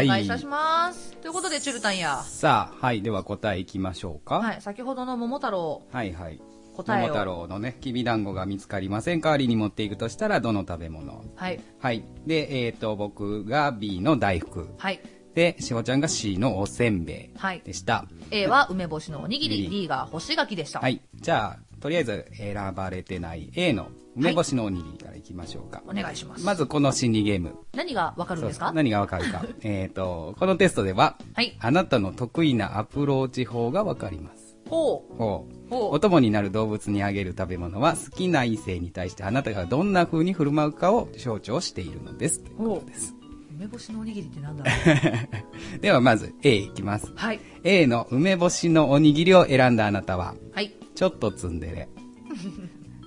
Speaker 2: い、お願いいたします。ということで、チュルタンや。
Speaker 1: さあ、はい、では答えいきましょうか。
Speaker 2: はい、先ほどの桃太郎、
Speaker 1: はいはい。
Speaker 2: 答えを
Speaker 1: 桃太郎のね、きびだんごが見つかりません。代わりに持っていくとしたら、どの食べ物
Speaker 2: はい、
Speaker 1: はい。で、えっ、と、僕が B の大福。
Speaker 2: はい、
Speaker 1: で、しほちゃんが C のおせんべ
Speaker 2: はい
Speaker 1: いでした。
Speaker 2: A は梅干しのおにぎ
Speaker 1: いい
Speaker 2: り、D が干し柿でした。
Speaker 1: はい。じゃあ、とりあえず選ばれてない A の梅干しのおにぎりからいきましょうか。
Speaker 2: お願いします。
Speaker 1: まずこの心理ゲーム。
Speaker 2: 何がわかるんです
Speaker 1: そ
Speaker 2: か
Speaker 1: う何がわかる
Speaker 2: <laughs>
Speaker 1: か。えっと、このテストでは、
Speaker 2: はい
Speaker 1: あなたの得意なアプローチ法がわかります。
Speaker 2: ほう。
Speaker 1: ほう。
Speaker 2: ほう
Speaker 1: お供になる動物にあげる食べ物は好きな異性に対してあなたがどんな風に振る舞うかを象徴しているのです。ということです。
Speaker 2: 梅干しのおにぎりってなん
Speaker 1: <laughs>
Speaker 2: だろう
Speaker 1: ではまず A いきます。
Speaker 2: はい。
Speaker 1: A の梅干しのおにぎりを選んだあなたは、
Speaker 2: はい。
Speaker 1: ちょっとツンデレ。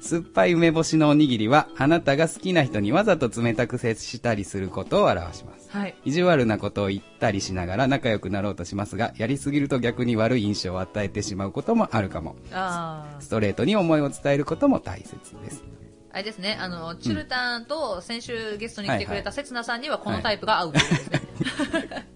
Speaker 1: 酸っぱい梅干しのおにぎりは、あなたが好きな人にわざと冷たく接したりすることを表します。
Speaker 2: はい。
Speaker 1: 意地悪なことを言ったりしながら仲良くなろうとしますが、やりすぎると逆に悪い印象を与えてしまうこともあるかも。
Speaker 2: あ
Speaker 1: ストレートに思いを伝えることも大切です。
Speaker 2: あ。あれですね、あの、チュルタンと先週ゲストに
Speaker 1: は
Speaker 2: 来
Speaker 1: いは
Speaker 2: て
Speaker 1: い <laughs>
Speaker 2: くれたせつなさんにはこのタイプが合うってことですね。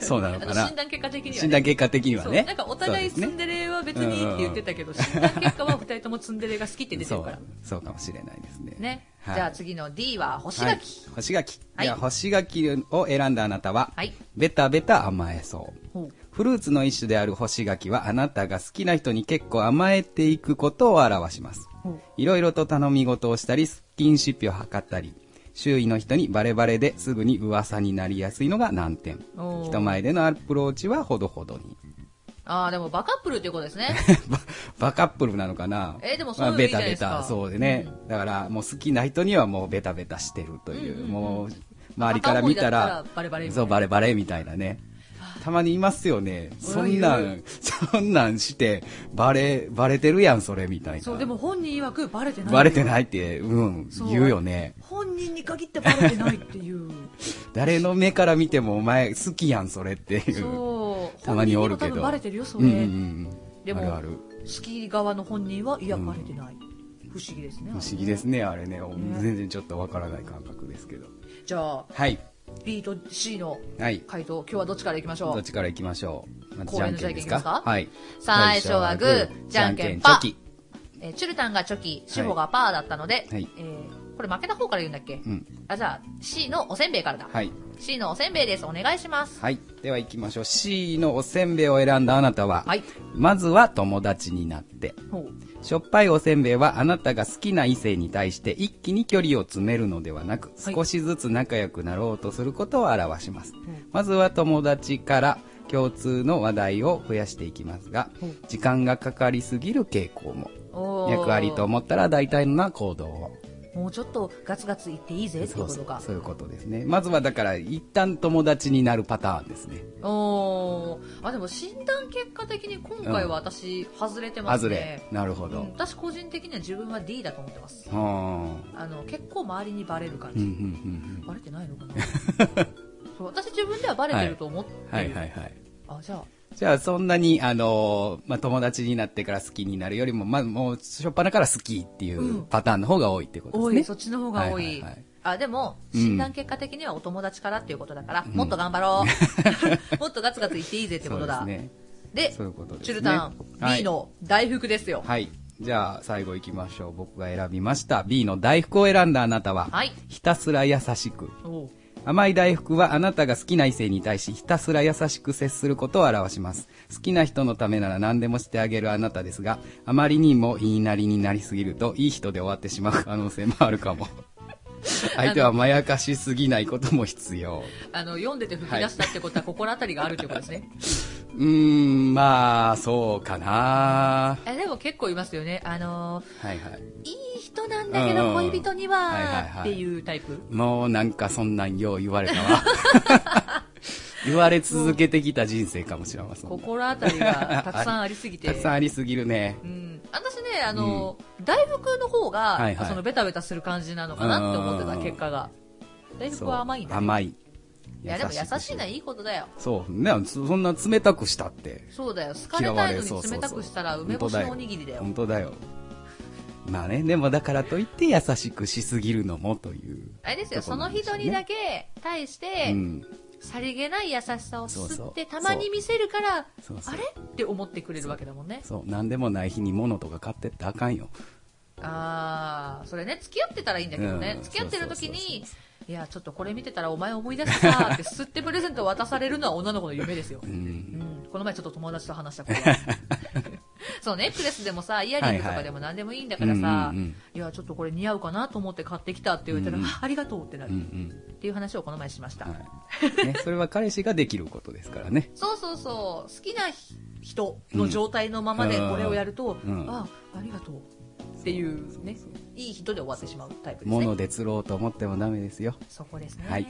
Speaker 1: そうなのか
Speaker 2: あの
Speaker 1: な
Speaker 2: 診。断結果的には、ね。
Speaker 1: 診断結果的には
Speaker 2: そう
Speaker 1: ね。
Speaker 2: なんかお互い
Speaker 1: そう
Speaker 2: ツ
Speaker 1: です
Speaker 2: ン
Speaker 1: ね
Speaker 2: デレは別にいいって言ってたけど、診断結果は二人ともツンデレが好きって出て
Speaker 1: そ
Speaker 2: るから
Speaker 1: う。、そうかもしれないですね。
Speaker 2: ね。
Speaker 1: はい
Speaker 2: じゃあ次の D は干し
Speaker 1: はい
Speaker 2: 柿。
Speaker 1: 干し柿。
Speaker 2: はい
Speaker 1: では干し柿を選んだあなたは、
Speaker 2: はい
Speaker 1: ベタベタ甘えそう。
Speaker 2: ほう
Speaker 1: フルーツの一種である干し柿はあなたが好きな人に結構甘えていくことを表します
Speaker 2: ほう。
Speaker 1: いろいろと頼み事をしたり、スキンシップを図ったり、周囲の人にバレバレですぐに噂になりやすいのが難点。
Speaker 2: おー
Speaker 1: 人前でのアプローチはほどほどに。
Speaker 2: ああ、でもバカップルっていうことですね。
Speaker 1: <laughs> ババカップルなのかな
Speaker 2: えでもそういうの
Speaker 1: まあベ
Speaker 2: いいじゃ
Speaker 1: タ
Speaker 2: ないで
Speaker 1: ベ
Speaker 2: すか
Speaker 1: タ、そうでね。だから、もう好きな人にはもうベタベタしてるという、もう、周りから見た
Speaker 2: 片思いだ
Speaker 1: ら
Speaker 2: ったらバレバレみたいな
Speaker 1: そう、バレバレみたいなね。たまにいますよね。そんな
Speaker 2: おいおい
Speaker 1: ん、そんなんして、バレ、バレてるやん、それ、みたいな。
Speaker 2: そう、でも本人曰くバレてない。
Speaker 1: バレてないって、うん
Speaker 2: そ、う
Speaker 1: 言うよね。
Speaker 2: 本人に限ってバレてないっ
Speaker 1: <laughs>
Speaker 2: ていう。
Speaker 1: 誰の目から見ても、お前、好きやん、それっていう。
Speaker 2: そう。
Speaker 1: たまにおるけ
Speaker 2: 本人にも多
Speaker 1: ど。
Speaker 2: 分バレてるよ、そ
Speaker 1: うん
Speaker 2: れ。
Speaker 1: うんうん。
Speaker 2: でも
Speaker 1: あるある。
Speaker 2: 好き側の本人はいや、バレてない。不思議ですね。
Speaker 1: 不思議ですね、あれね。
Speaker 2: ね
Speaker 1: 全然ちょっとわからない感覚ですけど。
Speaker 2: じゃあ、
Speaker 1: はい。
Speaker 2: B と C の
Speaker 1: はい。
Speaker 2: 回答、今日はどっちからいきましょ
Speaker 1: どっ
Speaker 2: う
Speaker 1: ちから行きましょう。まず
Speaker 2: 公
Speaker 1: じゃ
Speaker 2: 園
Speaker 1: ん
Speaker 2: の
Speaker 1: けんです
Speaker 2: じゃんけんです
Speaker 1: か
Speaker 2: か
Speaker 1: はい。
Speaker 2: 最初はグーじゃんけんパー
Speaker 1: じゃんけんチョキ。
Speaker 2: えーチュルタンがチョキ、シュボがパーだったので、
Speaker 1: はい
Speaker 2: えーこれ負けた方から言うんだっけ、
Speaker 1: うん
Speaker 2: あ、じゃあ C のおせんべいからだ。
Speaker 1: はい。
Speaker 2: C のおせんべいです。お願いします。
Speaker 1: はい。では行きましょう。C のおせんべいを選んだあなたは、
Speaker 2: はい
Speaker 1: まずは友達になって。
Speaker 2: ほう
Speaker 1: しょっぱいおせんべいはあなたが好きな異性に対して一気に距離を詰めるのではなく、
Speaker 2: はい
Speaker 1: 少しずつ仲良くなろうとすることを表します。
Speaker 2: ん
Speaker 1: まずは友達から共通の話題を増やしていきますが
Speaker 2: うん、
Speaker 1: 時間がかかりすぎる傾向も。
Speaker 2: おー
Speaker 1: 役割と思ったら大体のな行動を。
Speaker 2: もうちょっとガツガツ言っていいぜって
Speaker 1: そ
Speaker 2: こ
Speaker 1: うそ
Speaker 2: と
Speaker 1: う
Speaker 2: か。
Speaker 1: そういうことですね。まずはだから、一旦友達になるパターンですね。
Speaker 2: おーあ、でも診断結果的に今回は私、外れてま
Speaker 1: あ
Speaker 2: す
Speaker 1: ず
Speaker 2: ね
Speaker 1: れ。。なるほ
Speaker 2: う
Speaker 1: ど
Speaker 2: ん。私個人的には自分は D だと思ってます。
Speaker 1: は
Speaker 2: あの、結構周りにバレる感
Speaker 1: ーうんう
Speaker 2: じ。
Speaker 1: ん
Speaker 2: バレてないのかな
Speaker 1: <laughs>
Speaker 2: そう私自分ではバレてると思ってる。
Speaker 1: うんはいはいはい。
Speaker 2: あ、じゃあ、
Speaker 1: じゃあ、そんなに、あのーまあ、友達になってから好きになるよりも、まあ、もう、初っ端から好きってい
Speaker 2: うん
Speaker 1: うパターンの方が多いってことです
Speaker 2: 多
Speaker 1: ね。
Speaker 2: い、そっちの方が多
Speaker 1: は
Speaker 2: い。
Speaker 1: いはいはい
Speaker 2: あ、でも、
Speaker 1: うん
Speaker 2: 診断結果的にはお友達からっていうことだから、もっと頑張ろ
Speaker 1: <laughs>
Speaker 2: う。<laughs> もっとガツガツ言っていいぜってことだ。
Speaker 1: そう
Speaker 2: で
Speaker 1: ですね。そういうことですね
Speaker 2: チュルタン、
Speaker 1: はい
Speaker 2: B の大福ですよ。
Speaker 1: はい。じゃあ、最後行きましょう。僕が選びました。B の大福を選んだあなたは、
Speaker 2: はい
Speaker 1: ひたすら優しく。
Speaker 2: おう
Speaker 1: 甘い大福はあなたが好きな異性に対しひたすら優しく接することを表します。好きな人のためなら何でもしてあげるあなたですが、あまりにも言いなりになりすぎるといい人で終わってしまう可能性もあるか
Speaker 2: <laughs>
Speaker 1: も。相手はまやかしすぎないことも必要。
Speaker 2: あの、読んでて吹き出したってこと
Speaker 1: <laughs>
Speaker 2: は、心当たりがあるってことですね。
Speaker 1: うーん、まあ、そうかな。
Speaker 2: えでも結構いますよね。あの
Speaker 1: はいはい。
Speaker 2: ー、いい人なんだけ
Speaker 1: うんう
Speaker 2: ど
Speaker 1: んうん
Speaker 2: 恋人に
Speaker 1: はいはい
Speaker 2: は、っ
Speaker 1: は
Speaker 2: て
Speaker 1: い
Speaker 2: いうタイプ。
Speaker 1: もうなんかそんなんよう言われたわ。
Speaker 2: <laughs>
Speaker 1: 言われ続けてきた人生かもしれません。
Speaker 2: 心当たりがたくさんありすぎ
Speaker 1: <laughs>
Speaker 2: て。
Speaker 1: たくさんありすぎるね。
Speaker 2: うん、私ね、あの、大福の方が、
Speaker 1: はいはい
Speaker 2: そのベタベタする感じなのかなって思って
Speaker 1: う
Speaker 2: た
Speaker 1: ん
Speaker 2: 結果が。大福
Speaker 1: そう
Speaker 2: は甘いんだ、ね。
Speaker 1: 甘
Speaker 2: い。
Speaker 1: い。
Speaker 2: や、でも優
Speaker 1: く
Speaker 2: しいのはいいことだよ。
Speaker 1: そう。ね、そそんな冷たくしたって。
Speaker 2: そうだよ。好かれたいの
Speaker 1: そうそうそ
Speaker 2: に
Speaker 1: う
Speaker 2: 冷たくしたら梅干しのおにぎりだよ。
Speaker 1: 本当だよ。まあね、でもだからといって優しくしすぎるのもという。
Speaker 2: あれですよ、
Speaker 1: そ
Speaker 2: そう
Speaker 1: な
Speaker 2: の
Speaker 1: んです
Speaker 2: 人
Speaker 1: よね
Speaker 2: にだけ対して、
Speaker 1: うん。
Speaker 2: さりげない優しさを
Speaker 1: そう
Speaker 2: 吸
Speaker 1: そ
Speaker 2: っ
Speaker 1: う
Speaker 2: て、たまに見せるから、
Speaker 1: そうそう
Speaker 2: あれって思ってくれるわけだもんね。
Speaker 1: そう。なんでもない日に物とか買ってってあかんよ。
Speaker 2: あー、それね、付き合ってたらいいんだけどね。
Speaker 1: うん
Speaker 2: 付き合ってる時
Speaker 1: そうそうそう
Speaker 2: に
Speaker 1: そ、
Speaker 2: いや、ちょっとこれ見てたらお前思い出したさーって吸ってプレゼント渡されるのは女の子の夢ですよ。
Speaker 1: うん。
Speaker 2: うん、この前ちょっと友達と
Speaker 1: <laughs>
Speaker 2: 話したことがあるそうネックレスでもさイヤリングとかでも何でもいいんだからさ、
Speaker 1: はいはいいうんうんうん
Speaker 2: やちょっとこれ似合うかなと思って買ってきたって言われたら、
Speaker 1: うんうん
Speaker 2: あありがとうってな
Speaker 1: う
Speaker 2: る、
Speaker 1: んう
Speaker 2: っ
Speaker 1: ん。
Speaker 2: ていう話をこの前しました、
Speaker 1: はい。ね、 <laughs> それは彼氏ができることですからね。
Speaker 2: そうそうそう好きなひ人の状態のままで
Speaker 1: うん
Speaker 2: これをやると、
Speaker 1: うん
Speaker 2: あありがとうっていうね
Speaker 1: そう
Speaker 2: いい人で終わってしまうタイプですね
Speaker 1: 物で釣ろうと思ってもダメですよ。
Speaker 2: そこですね、
Speaker 1: はい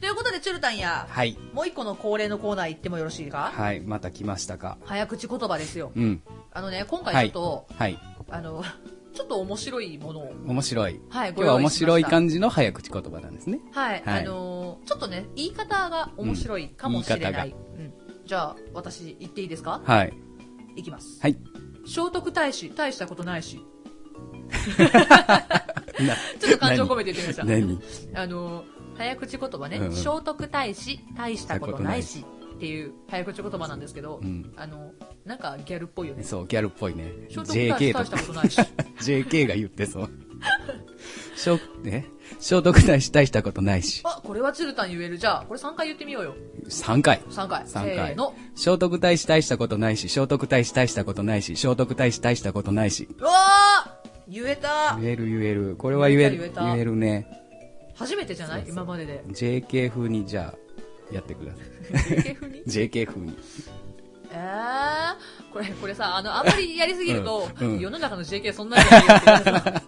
Speaker 2: ということでチュルタンや、
Speaker 1: はい。
Speaker 2: もう一個の恒例のコーナー行ってもよろしいか
Speaker 1: はい。また来ましたか。
Speaker 2: 早口言葉ですよ
Speaker 1: うん。
Speaker 2: あのね今
Speaker 1: は
Speaker 2: 回
Speaker 1: い。
Speaker 2: ちょっと、
Speaker 1: はい。
Speaker 2: あの、 <laughs> ちょっと面白いものを。
Speaker 1: 面白い。
Speaker 2: はい
Speaker 1: 今日は面白い
Speaker 2: ご用
Speaker 1: 感じの早口言葉なんですね。
Speaker 2: はい。
Speaker 1: はい
Speaker 2: あのーちょっとね、言い方が面白いかもしれない。うんじゃあ、私、言っていいですか
Speaker 1: はい。
Speaker 2: いきます。
Speaker 1: はい。
Speaker 2: 聖徳太子、大したことないし。ちょっと感情込めて言ってみま
Speaker 1: <laughs>
Speaker 2: した。
Speaker 1: 何
Speaker 2: あのー早口言葉ね、
Speaker 1: うんうん
Speaker 2: 聖徳太子、大したことないし。っていう早口言葉なんですけど、
Speaker 1: うん
Speaker 2: あのなんかギャルっぽいよね
Speaker 1: そう、ギャルっぽいね。
Speaker 2: ショートコント
Speaker 1: JK
Speaker 2: 大
Speaker 1: と
Speaker 2: し
Speaker 1: か
Speaker 2: た。ことないし <laughs>
Speaker 1: <laughs> JK が言ってそう。ショ、 <laughs> え聖徳太子大したことないし。
Speaker 2: あこれはチルタン言えるじゃあこれ3回言ってみようよ
Speaker 1: 3回。
Speaker 2: 3回
Speaker 1: 三回
Speaker 2: せーの
Speaker 1: 聖徳太子大したことないし、聖徳太子大したことないし、聖徳太子大したことないし。
Speaker 2: うわー言えた
Speaker 1: 言える言える。これは言える。
Speaker 2: 言
Speaker 1: 言
Speaker 2: え
Speaker 1: え
Speaker 2: た言えた
Speaker 1: るね。
Speaker 2: 初めてじゃない今までで
Speaker 1: JK 風にじゃあ、やってくださ <laughs>
Speaker 2: 風に <laughs>
Speaker 1: い。JK 風に。
Speaker 2: えー、これ、これさ、あの、あんまりやりすぎると、
Speaker 1: うんうん
Speaker 2: 世の中の JK そんなにやりやすいからさ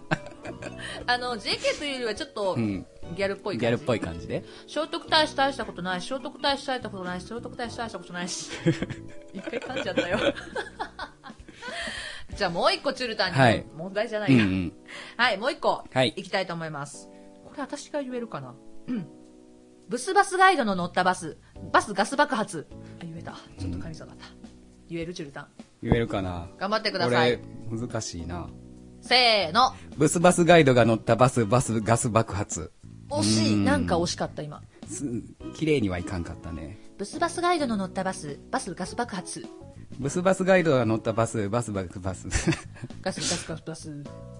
Speaker 1: <laughs>
Speaker 2: あの、JK というよりはちょっと、
Speaker 1: うん
Speaker 2: ギャルっぽい
Speaker 1: ギ
Speaker 2: 感じ。
Speaker 1: ャルっぽい感じで。
Speaker 2: 聖徳太子大したことないし、聖徳太子大したことないし、聖徳太子大したことな
Speaker 1: <laughs>
Speaker 2: いし。一回噛んじゃったよ。 <laughs> じゃあもう一個チュルタンに、
Speaker 1: はい
Speaker 2: 問題じゃな
Speaker 1: う
Speaker 2: い
Speaker 1: んう
Speaker 2: な。
Speaker 1: ん。
Speaker 2: はい、もう一個、
Speaker 1: はい
Speaker 2: きたいと思います。これ私が言えるかな。うんブスバスガイドの乗ったバス、バスガス爆発。あ、言えた。ちょっと神様だった。言えるチュルタン。
Speaker 1: 言えるかな
Speaker 2: 頑張ってくだ
Speaker 1: こ
Speaker 2: さ
Speaker 1: れ
Speaker 2: い。、
Speaker 1: 難しいな。
Speaker 2: せーの。
Speaker 1: ブスバスガイドが乗ったバス、バス、ガス爆発。
Speaker 2: 惜しい。
Speaker 1: うん
Speaker 2: なんか惜しかった、今。
Speaker 1: す綺麗にはいかんかったね。
Speaker 2: ブスバスガイドの乗ったバス、バスガス爆発。
Speaker 1: ブスバスガイドが乗ったバス、バスバスバス。
Speaker 2: ガスガスガスガス。
Speaker 1: <laughs>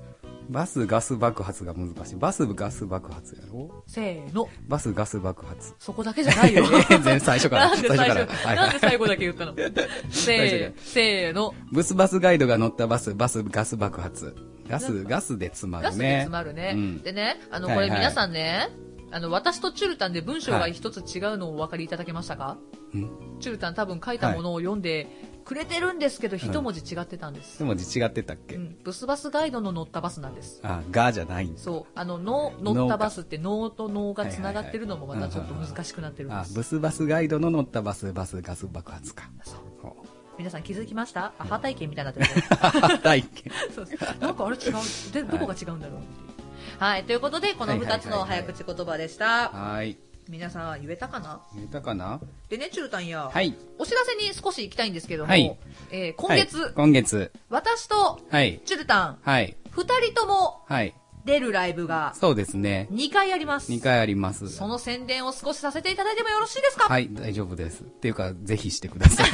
Speaker 1: バスガス爆発が難しい。バスガス爆発やろ
Speaker 2: せーの。
Speaker 1: バスガス爆発。。
Speaker 2: そこだけじゃないよ
Speaker 1: <laughs> 全然最初から
Speaker 2: なんで最
Speaker 1: 最
Speaker 2: 初
Speaker 1: 初からはい
Speaker 2: なんで最後だけ言
Speaker 1: <laughs>
Speaker 2: ったのせー
Speaker 1: 最初、か
Speaker 2: せーの。
Speaker 1: ブスバスガイドが乗ったバス、バスガス爆発。ガス、ガスで詰まるね。
Speaker 2: ガスで詰まるね。
Speaker 1: うん
Speaker 2: でね、あの、
Speaker 1: は
Speaker 2: こ
Speaker 1: い
Speaker 2: れ
Speaker 1: はい
Speaker 2: 皆さんね、あの、私とチュルタンで文章が
Speaker 1: はい
Speaker 2: 一つ違うのをお分かりいただけましたか
Speaker 1: うん。
Speaker 2: チュルタン多分書いたものを読んでくれてるんですけど、一文字違ってたんです
Speaker 1: 一。文字違ってたっけ、
Speaker 2: うんブスバスガイドの乗ったバスなんです。
Speaker 1: あ、ガじゃないんです。
Speaker 2: そう。あの、脳、乗ったバスって脳と脳が繋がってるのもまたちょっと難しくなってるんで
Speaker 1: あ、
Speaker 2: す。
Speaker 1: ブスバスガイドの乗ったバス、バスガス爆発か。
Speaker 2: そう
Speaker 1: ほ <laughs>
Speaker 2: 皆さん気づきましたアハ体験みたいになってる。
Speaker 1: う体験。
Speaker 2: そうそうなんかあれ違う。で、どこが違うんだろうっていうはい、ということで、この2つ
Speaker 1: は
Speaker 2: の
Speaker 1: いはい
Speaker 2: 早
Speaker 1: はいはい
Speaker 2: 口言葉でした。
Speaker 1: はい。
Speaker 2: 皆さんは言えたかな
Speaker 1: 言えたかな
Speaker 2: でね、チュルタンや、
Speaker 1: はい。
Speaker 2: お知らせに少し行きたいんですけども、
Speaker 1: はい
Speaker 2: えー今月、
Speaker 1: はい今月。
Speaker 2: 私と
Speaker 1: はい。
Speaker 2: チュルタン、
Speaker 1: はい。
Speaker 2: 2人とも
Speaker 1: はい。
Speaker 2: 出るライブが
Speaker 1: そうですね。
Speaker 2: 2回あります。
Speaker 1: 2回あります。
Speaker 2: その宣伝を少しさせていただいてもよろしいですか、
Speaker 1: はい、大丈夫です。っていうか、ぜひしてくださ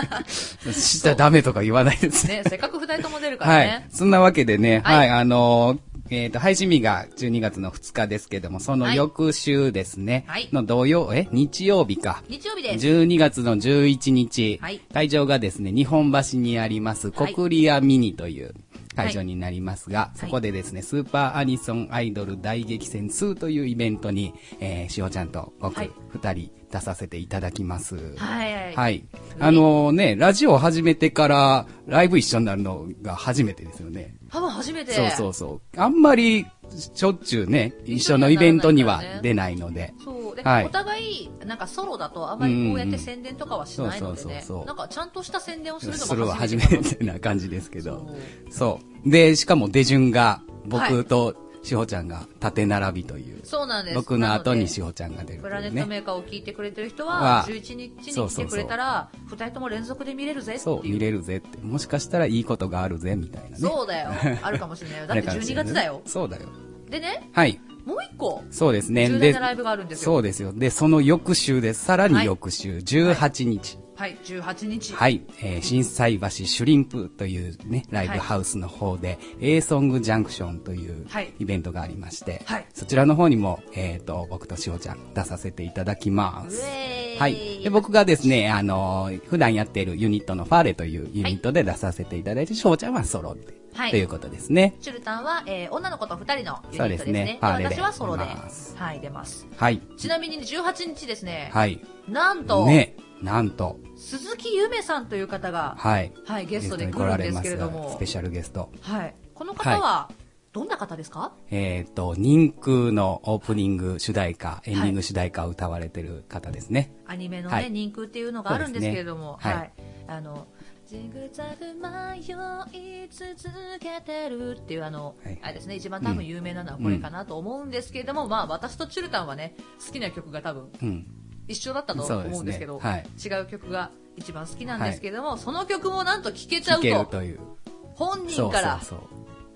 Speaker 2: <laughs>
Speaker 1: い。したらダメとか言わないですね。
Speaker 2: ね、せっかく2人とも出るから
Speaker 1: は
Speaker 2: ね
Speaker 1: い。。そんなわけでね、
Speaker 2: はい
Speaker 1: はい、あのーえっ、と、配信日が12月の2日ですけども、その翌週ですね、
Speaker 2: はい
Speaker 1: の土曜、え、日曜日か。
Speaker 2: 日曜日です。
Speaker 1: 12月の11日、
Speaker 2: はい
Speaker 1: 会場がですね、日本橋にあります、
Speaker 2: はい
Speaker 1: 国リアミニという会場になりますが、
Speaker 2: い
Speaker 1: そこでですね、スーパーアニソンアイドル大激戦2というイベントに、えー、しおちゃんと僕、
Speaker 2: はい
Speaker 1: 二人出させていただきます。
Speaker 2: はい。
Speaker 1: はい。あのね、ラジオ始めてから、ライブ一緒になるのが初めてですよね。
Speaker 2: 多分初めて。
Speaker 1: そうそうそう。あんまり、しょっちゅうね、一緒のイベントには出ないので。
Speaker 2: そう。で、
Speaker 1: はい
Speaker 2: お互い、なんかソロだとあまりこうやって宣伝とかはしないので
Speaker 1: うんうん
Speaker 2: ね
Speaker 1: そうそうそうそ。う
Speaker 2: なんかちゃんとした宣伝をする
Speaker 1: それ
Speaker 2: のも
Speaker 1: は
Speaker 2: 初
Speaker 1: 初
Speaker 2: め
Speaker 1: め
Speaker 2: てかな。
Speaker 1: てな感じですけど
Speaker 2: そう。
Speaker 1: そう。で、しかも出順が、
Speaker 2: はい
Speaker 1: 僕としほちゃんが縦並びという。
Speaker 2: そうなんです。
Speaker 1: 僕の後にし
Speaker 2: よ
Speaker 1: ほちゃんが出ると
Speaker 2: う。プ
Speaker 1: い
Speaker 2: ラネ
Speaker 1: う
Speaker 2: ット
Speaker 1: ね。
Speaker 2: メーカーを聞いてくれてる人は
Speaker 1: は、
Speaker 2: 11日
Speaker 1: そ
Speaker 2: に
Speaker 1: う
Speaker 2: 来
Speaker 1: そ
Speaker 2: て
Speaker 1: う
Speaker 2: く
Speaker 1: そう
Speaker 2: れたら、2人とも連続で見れるぜってい。
Speaker 1: そうう、見れるぜって。もしかしたらいいことがあるぜ、みたいなね。
Speaker 2: そうだよ。あるかもしれないよ。だ
Speaker 1: あれ
Speaker 2: って
Speaker 1: かもしれ
Speaker 2: 12
Speaker 1: ない
Speaker 2: 月だよ。
Speaker 1: そうだよ。
Speaker 2: でね、
Speaker 1: はい。
Speaker 2: もう一個、
Speaker 1: そうですね。
Speaker 2: 重大
Speaker 1: で
Speaker 2: なライブがあるんですよ。
Speaker 1: そうですよ。で、その翌週です。さらに翌週、18日。
Speaker 2: はい、18日。
Speaker 1: はい、えー、震災橋シュリンプというね、ライブハウスの方で、A ソングジャンクションという
Speaker 2: はい
Speaker 1: イベントがありまして、
Speaker 2: はい
Speaker 1: そちらの方にも、えっ、と、僕としおちゃん出させていただきま
Speaker 2: ウ
Speaker 1: す。
Speaker 2: ェーイ
Speaker 1: はい。で、僕がですね、あのー普段やっているユニットのファーレというユニットで出させていただいて、しおちゃんはソロで、
Speaker 2: はい
Speaker 1: ということですね。
Speaker 2: チュルタンは、えー女の子と2人のユニットです
Speaker 1: そうですね
Speaker 2: ね。で
Speaker 1: パーレで
Speaker 2: 私はソロで、
Speaker 1: 出ます
Speaker 2: はい、出ます。
Speaker 1: はい。
Speaker 2: ちなみに18日ですね、
Speaker 1: はい。
Speaker 2: なんと、
Speaker 1: ね、なんと、
Speaker 2: 鈴木ゆめさんという方が、
Speaker 1: はい。
Speaker 2: はい、ゲストで
Speaker 1: に
Speaker 2: 来るんですけれど
Speaker 1: ス
Speaker 2: も
Speaker 1: ペ、シャルゲスト。
Speaker 2: はい、この方は、どんな方ですか
Speaker 1: えっ、と、人空のオープニング主題歌、エンディング主題歌を歌われてる方ですね。
Speaker 2: アニメのね、
Speaker 1: はい
Speaker 2: 人空っていうのがあるんですけれども、
Speaker 1: そうですね
Speaker 2: はい。あの、ジグザグ迷い続けてるっていうあの、
Speaker 1: はい
Speaker 2: あれですね、一番多分有名なのはこれかなと思うんですけれども、まあ私とチュルタンはね、好きな曲が多分
Speaker 1: うん。
Speaker 2: 一緒だったと思うんですけど、
Speaker 1: そう
Speaker 2: 違う曲が一番好きなんですけれども、その曲もなんと聴けちゃう
Speaker 1: いける
Speaker 2: と、
Speaker 1: という。
Speaker 2: 本
Speaker 1: そ
Speaker 2: 人
Speaker 1: う
Speaker 2: か
Speaker 1: そ
Speaker 2: ら
Speaker 1: う、そう。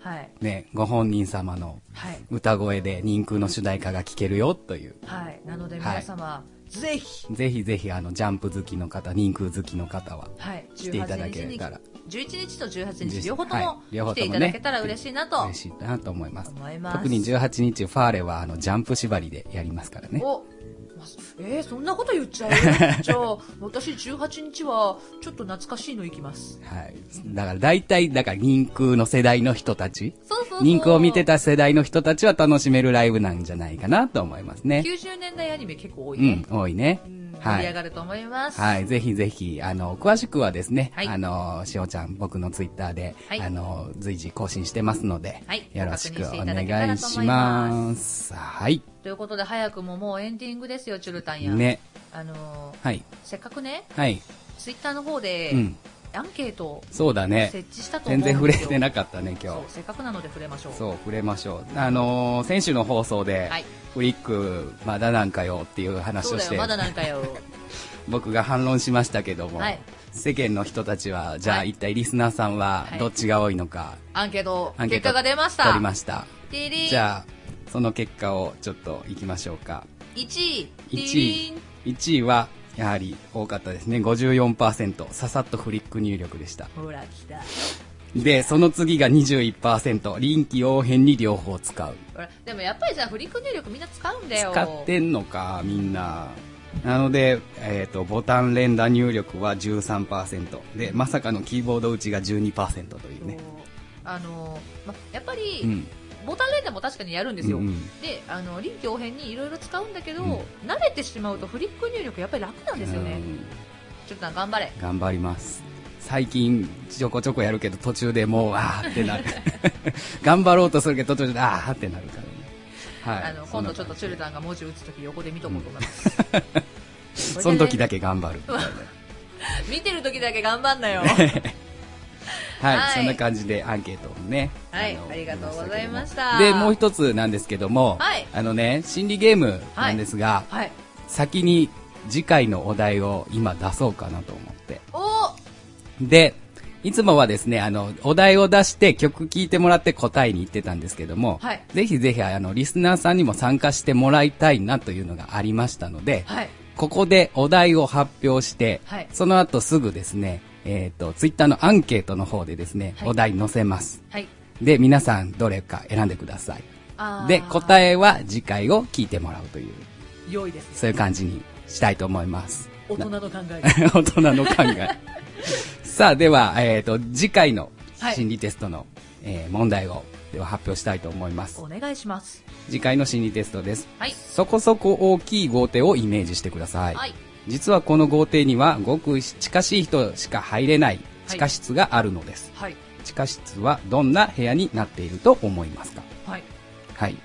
Speaker 2: はい。
Speaker 1: ね、ご本人様の
Speaker 2: はい。
Speaker 1: 歌声で人空の主題歌が聴けるよという。
Speaker 2: はい。なので皆様、ぜひ、
Speaker 1: ぜひぜひあのジャンプ好きの方、人空好きの方は。
Speaker 2: はい。
Speaker 1: 来ていただけたら
Speaker 2: 18日に。11日と18日、両方と
Speaker 1: は
Speaker 2: も
Speaker 1: 両
Speaker 2: 来
Speaker 1: 方
Speaker 2: て
Speaker 1: と
Speaker 2: い
Speaker 1: も
Speaker 2: た
Speaker 1: ね
Speaker 2: だけたら嬉しいなと。
Speaker 1: 嬉しいなと思います。
Speaker 2: 思います
Speaker 1: 特に18日、ファーレはあのジャンプ縛りでやりますからね。
Speaker 2: おまあえー、そんなこと言っちゃう
Speaker 1: <laughs>
Speaker 2: じゃあ、私18日は、ちょっと懐かしいの行きます。
Speaker 1: はい。だから大体、だから人空の世代の人たち、
Speaker 2: そうそうそう
Speaker 1: 人空を見てた世代の人たちは楽しめるライブなんじゃないかなと思いますね。
Speaker 2: 90年代アニメ結構多いうね
Speaker 1: ん。、多いね
Speaker 2: うん。盛
Speaker 1: は
Speaker 2: り上
Speaker 1: い。
Speaker 2: がると思います。
Speaker 1: はい、ぜひぜひ、あの、詳しくはですね、
Speaker 2: はい
Speaker 1: あの、しおちゃん、僕のツイッターで、
Speaker 2: はい
Speaker 1: あの、随時更新してますので、
Speaker 2: はい
Speaker 1: よろしく
Speaker 2: ご
Speaker 1: お
Speaker 2: 確認していただけた
Speaker 1: 願
Speaker 2: ら
Speaker 1: い
Speaker 2: と
Speaker 1: し
Speaker 2: 思います
Speaker 1: ます。はい。
Speaker 2: ということで、早くももうエンディングですよ、チュルタンや。
Speaker 1: ね。
Speaker 2: あのー
Speaker 1: はい。
Speaker 2: せっかくね、
Speaker 1: はい。
Speaker 2: ツイッターの方で
Speaker 1: う、ん。
Speaker 2: アンケートを
Speaker 1: そうだ
Speaker 2: 設
Speaker 1: ね。
Speaker 2: 置したと思
Speaker 1: 全
Speaker 2: うん
Speaker 1: 然
Speaker 2: ですよ。
Speaker 1: 触れてなかったね、今
Speaker 2: そ
Speaker 1: 日
Speaker 2: う。、せっかくなので触れましょう。
Speaker 1: そう、触れましょう。あのー、先週の放送で、
Speaker 2: はい
Speaker 1: フリック、まだなんかよっていう話
Speaker 2: そう
Speaker 1: をし
Speaker 2: だ
Speaker 1: て
Speaker 2: よ、、まだなんかよ。
Speaker 1: 僕が反論しましたけども、
Speaker 2: はい
Speaker 1: 世間の人たちは、じゃ
Speaker 2: は
Speaker 1: あ
Speaker 2: い
Speaker 1: 一体リスナーさんは
Speaker 2: はい
Speaker 1: どっちが多いのか、
Speaker 2: アンケート、
Speaker 1: <laughs> アンケート
Speaker 2: 結果が出ました。
Speaker 1: 取りました。
Speaker 2: ティリン。
Speaker 1: じゃあ、その結果をちょっといきましょうか。
Speaker 2: 1位、ティリ
Speaker 1: 1
Speaker 2: ン
Speaker 1: 位。、1位は、やはり多かったですね。54%、ささっとフリック入力でした。
Speaker 2: ほら、来た。
Speaker 1: で、その次が21%、臨機応変に両方使う。
Speaker 2: ほらでもやっぱりさ、フリック入力みんな使うんだよ。
Speaker 1: 使ってんのか、みんな。なので、えっ、と、ボタン連打入力は13%。で、まさかのキーボード打ちが12%というね。
Speaker 2: あのま、やっぱり、
Speaker 1: うん。
Speaker 2: ボタン連打も確かにやるんですよ、
Speaker 1: うんうん
Speaker 2: であの臨機応変にいろいろ使うんだけど、
Speaker 1: うん
Speaker 2: 慣れてしまうとフリック入力やっぱり楽なんですよね、
Speaker 1: うん
Speaker 2: ちょっと頑張れ
Speaker 1: 頑張ります最近ちょこちょこやるけど途中でもうあーって
Speaker 2: <laughs>
Speaker 1: なる頑張ろうとするけど途中であーってなるからねはい
Speaker 2: あの今度ちょっとチュルタンが文字打つとき横で見とこうと思います、
Speaker 1: そその時だ
Speaker 2: け
Speaker 1: け頑張るはい、
Speaker 2: <laughs> 見てる時だけ頑張ん
Speaker 1: <laughs>
Speaker 2: なよはい
Speaker 1: そんな感じでアンケートをね
Speaker 2: はい
Speaker 1: の
Speaker 2: ありがとうございました
Speaker 1: けどもでもう一つなんですけども、
Speaker 2: はい
Speaker 1: あのね心理ゲームなんですが、
Speaker 2: はい
Speaker 1: 先に次回のお題を今出そうかなと思って
Speaker 2: おー
Speaker 1: で、いつもはですね、あの、お題を出して曲聴いてもらって答えに行ってたんですけども、
Speaker 2: はい
Speaker 1: ぜひぜひ、あの、リスナーさんにも参加してもらいたいなというのがありましたので、
Speaker 2: はい
Speaker 1: ここでお題を発表して、
Speaker 2: はい
Speaker 1: その後すぐですね、えっ、と、ツイッターのアンケートの方でですね、
Speaker 2: はい
Speaker 1: お題載せます。
Speaker 2: はい
Speaker 1: で、皆さんどれか選んでください。で、答
Speaker 2: え
Speaker 1: えは次回を聞いてもらうという、
Speaker 2: 良いです
Speaker 1: そういう感じにしたいと思います。 <laughs>
Speaker 2: 大人の考え
Speaker 1: 大人の考
Speaker 2: <laughs>
Speaker 1: え。さあ、では、えっ、と、次回の
Speaker 2: はい
Speaker 1: 心理テストの、えー問題を、では発表したいと思います
Speaker 2: お。願いします
Speaker 1: 次回の心理テストです。
Speaker 2: はい
Speaker 1: そこそこ大きい豪邸をイメージしてください。
Speaker 2: はい
Speaker 1: 実はこの豪邸には、ごく近しい人しか入れない地下室があるのです。
Speaker 2: はい
Speaker 1: 地下室はどんな部屋になっていると思いますか
Speaker 2: はい
Speaker 1: はい。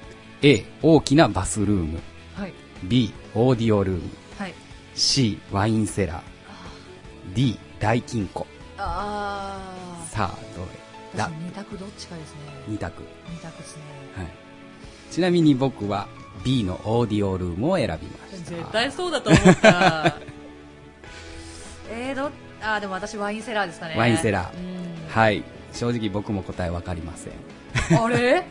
Speaker 1: A、大きなバスルーム。
Speaker 2: はい
Speaker 1: B、オーディオルーム。
Speaker 2: はい
Speaker 1: C、ワインセラー。D、大金庫。
Speaker 2: あ
Speaker 1: さあどれ
Speaker 2: ー
Speaker 1: だ
Speaker 2: 私二択どっちかですね
Speaker 1: 2択、
Speaker 2: 二択ですね
Speaker 1: はい、ちなみに僕は B のオーディオルームを選びました
Speaker 2: 絶対そうだと思った <laughs> えー、どあーでも私ワインセラーですかね
Speaker 1: ワインセラー
Speaker 2: ー
Speaker 1: はい正直僕も答えわかりません <laughs>
Speaker 2: あれ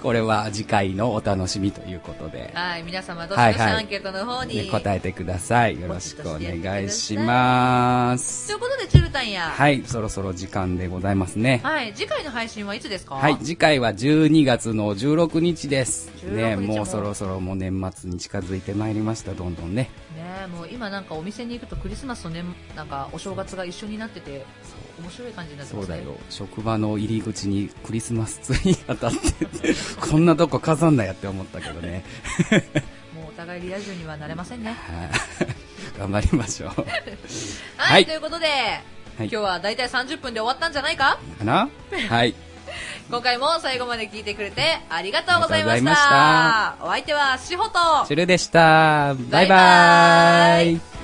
Speaker 1: これは次回のお楽しみということで、
Speaker 2: はい皆様どしどし
Speaker 1: はいはい
Speaker 2: アンケートの方に、
Speaker 1: ね答えてくださいよろしくお願いします
Speaker 2: ということでチュルタンやはい、
Speaker 1: はいそろそろ時間でございますね
Speaker 2: 次回の配信はいつですか
Speaker 1: はい、次回は12月の16日です。ね、
Speaker 2: 16日も
Speaker 1: もうそろそろもう年末に近づいてまいりました、どんどんね。
Speaker 2: ねえもう今なんかお店に行くとクリスマスとねなんかお正月が一緒になってて面白い感じになって
Speaker 1: そ
Speaker 2: ま
Speaker 1: う
Speaker 2: す
Speaker 1: だ
Speaker 2: ね
Speaker 1: よ職場の入り口にクリスマスツリーが立ってて <laughs> こんなとこ飾んなやって思ったけどね
Speaker 2: もうお互いリア充にはなれませんね
Speaker 1: はい <laughs> 頑張りましょう
Speaker 2: はい、
Speaker 1: はい
Speaker 2: ということで、今日
Speaker 1: か
Speaker 2: は大体30分で終わったんじゃないか
Speaker 1: なはい
Speaker 2: 今回も最後まで聞いてくれてありがとうございま
Speaker 1: あ
Speaker 2: し
Speaker 1: り
Speaker 2: た
Speaker 1: がとうございま
Speaker 2: お相手はしほと
Speaker 1: シュルでしたバイバ
Speaker 2: バイバ
Speaker 1: イ
Speaker 2: イ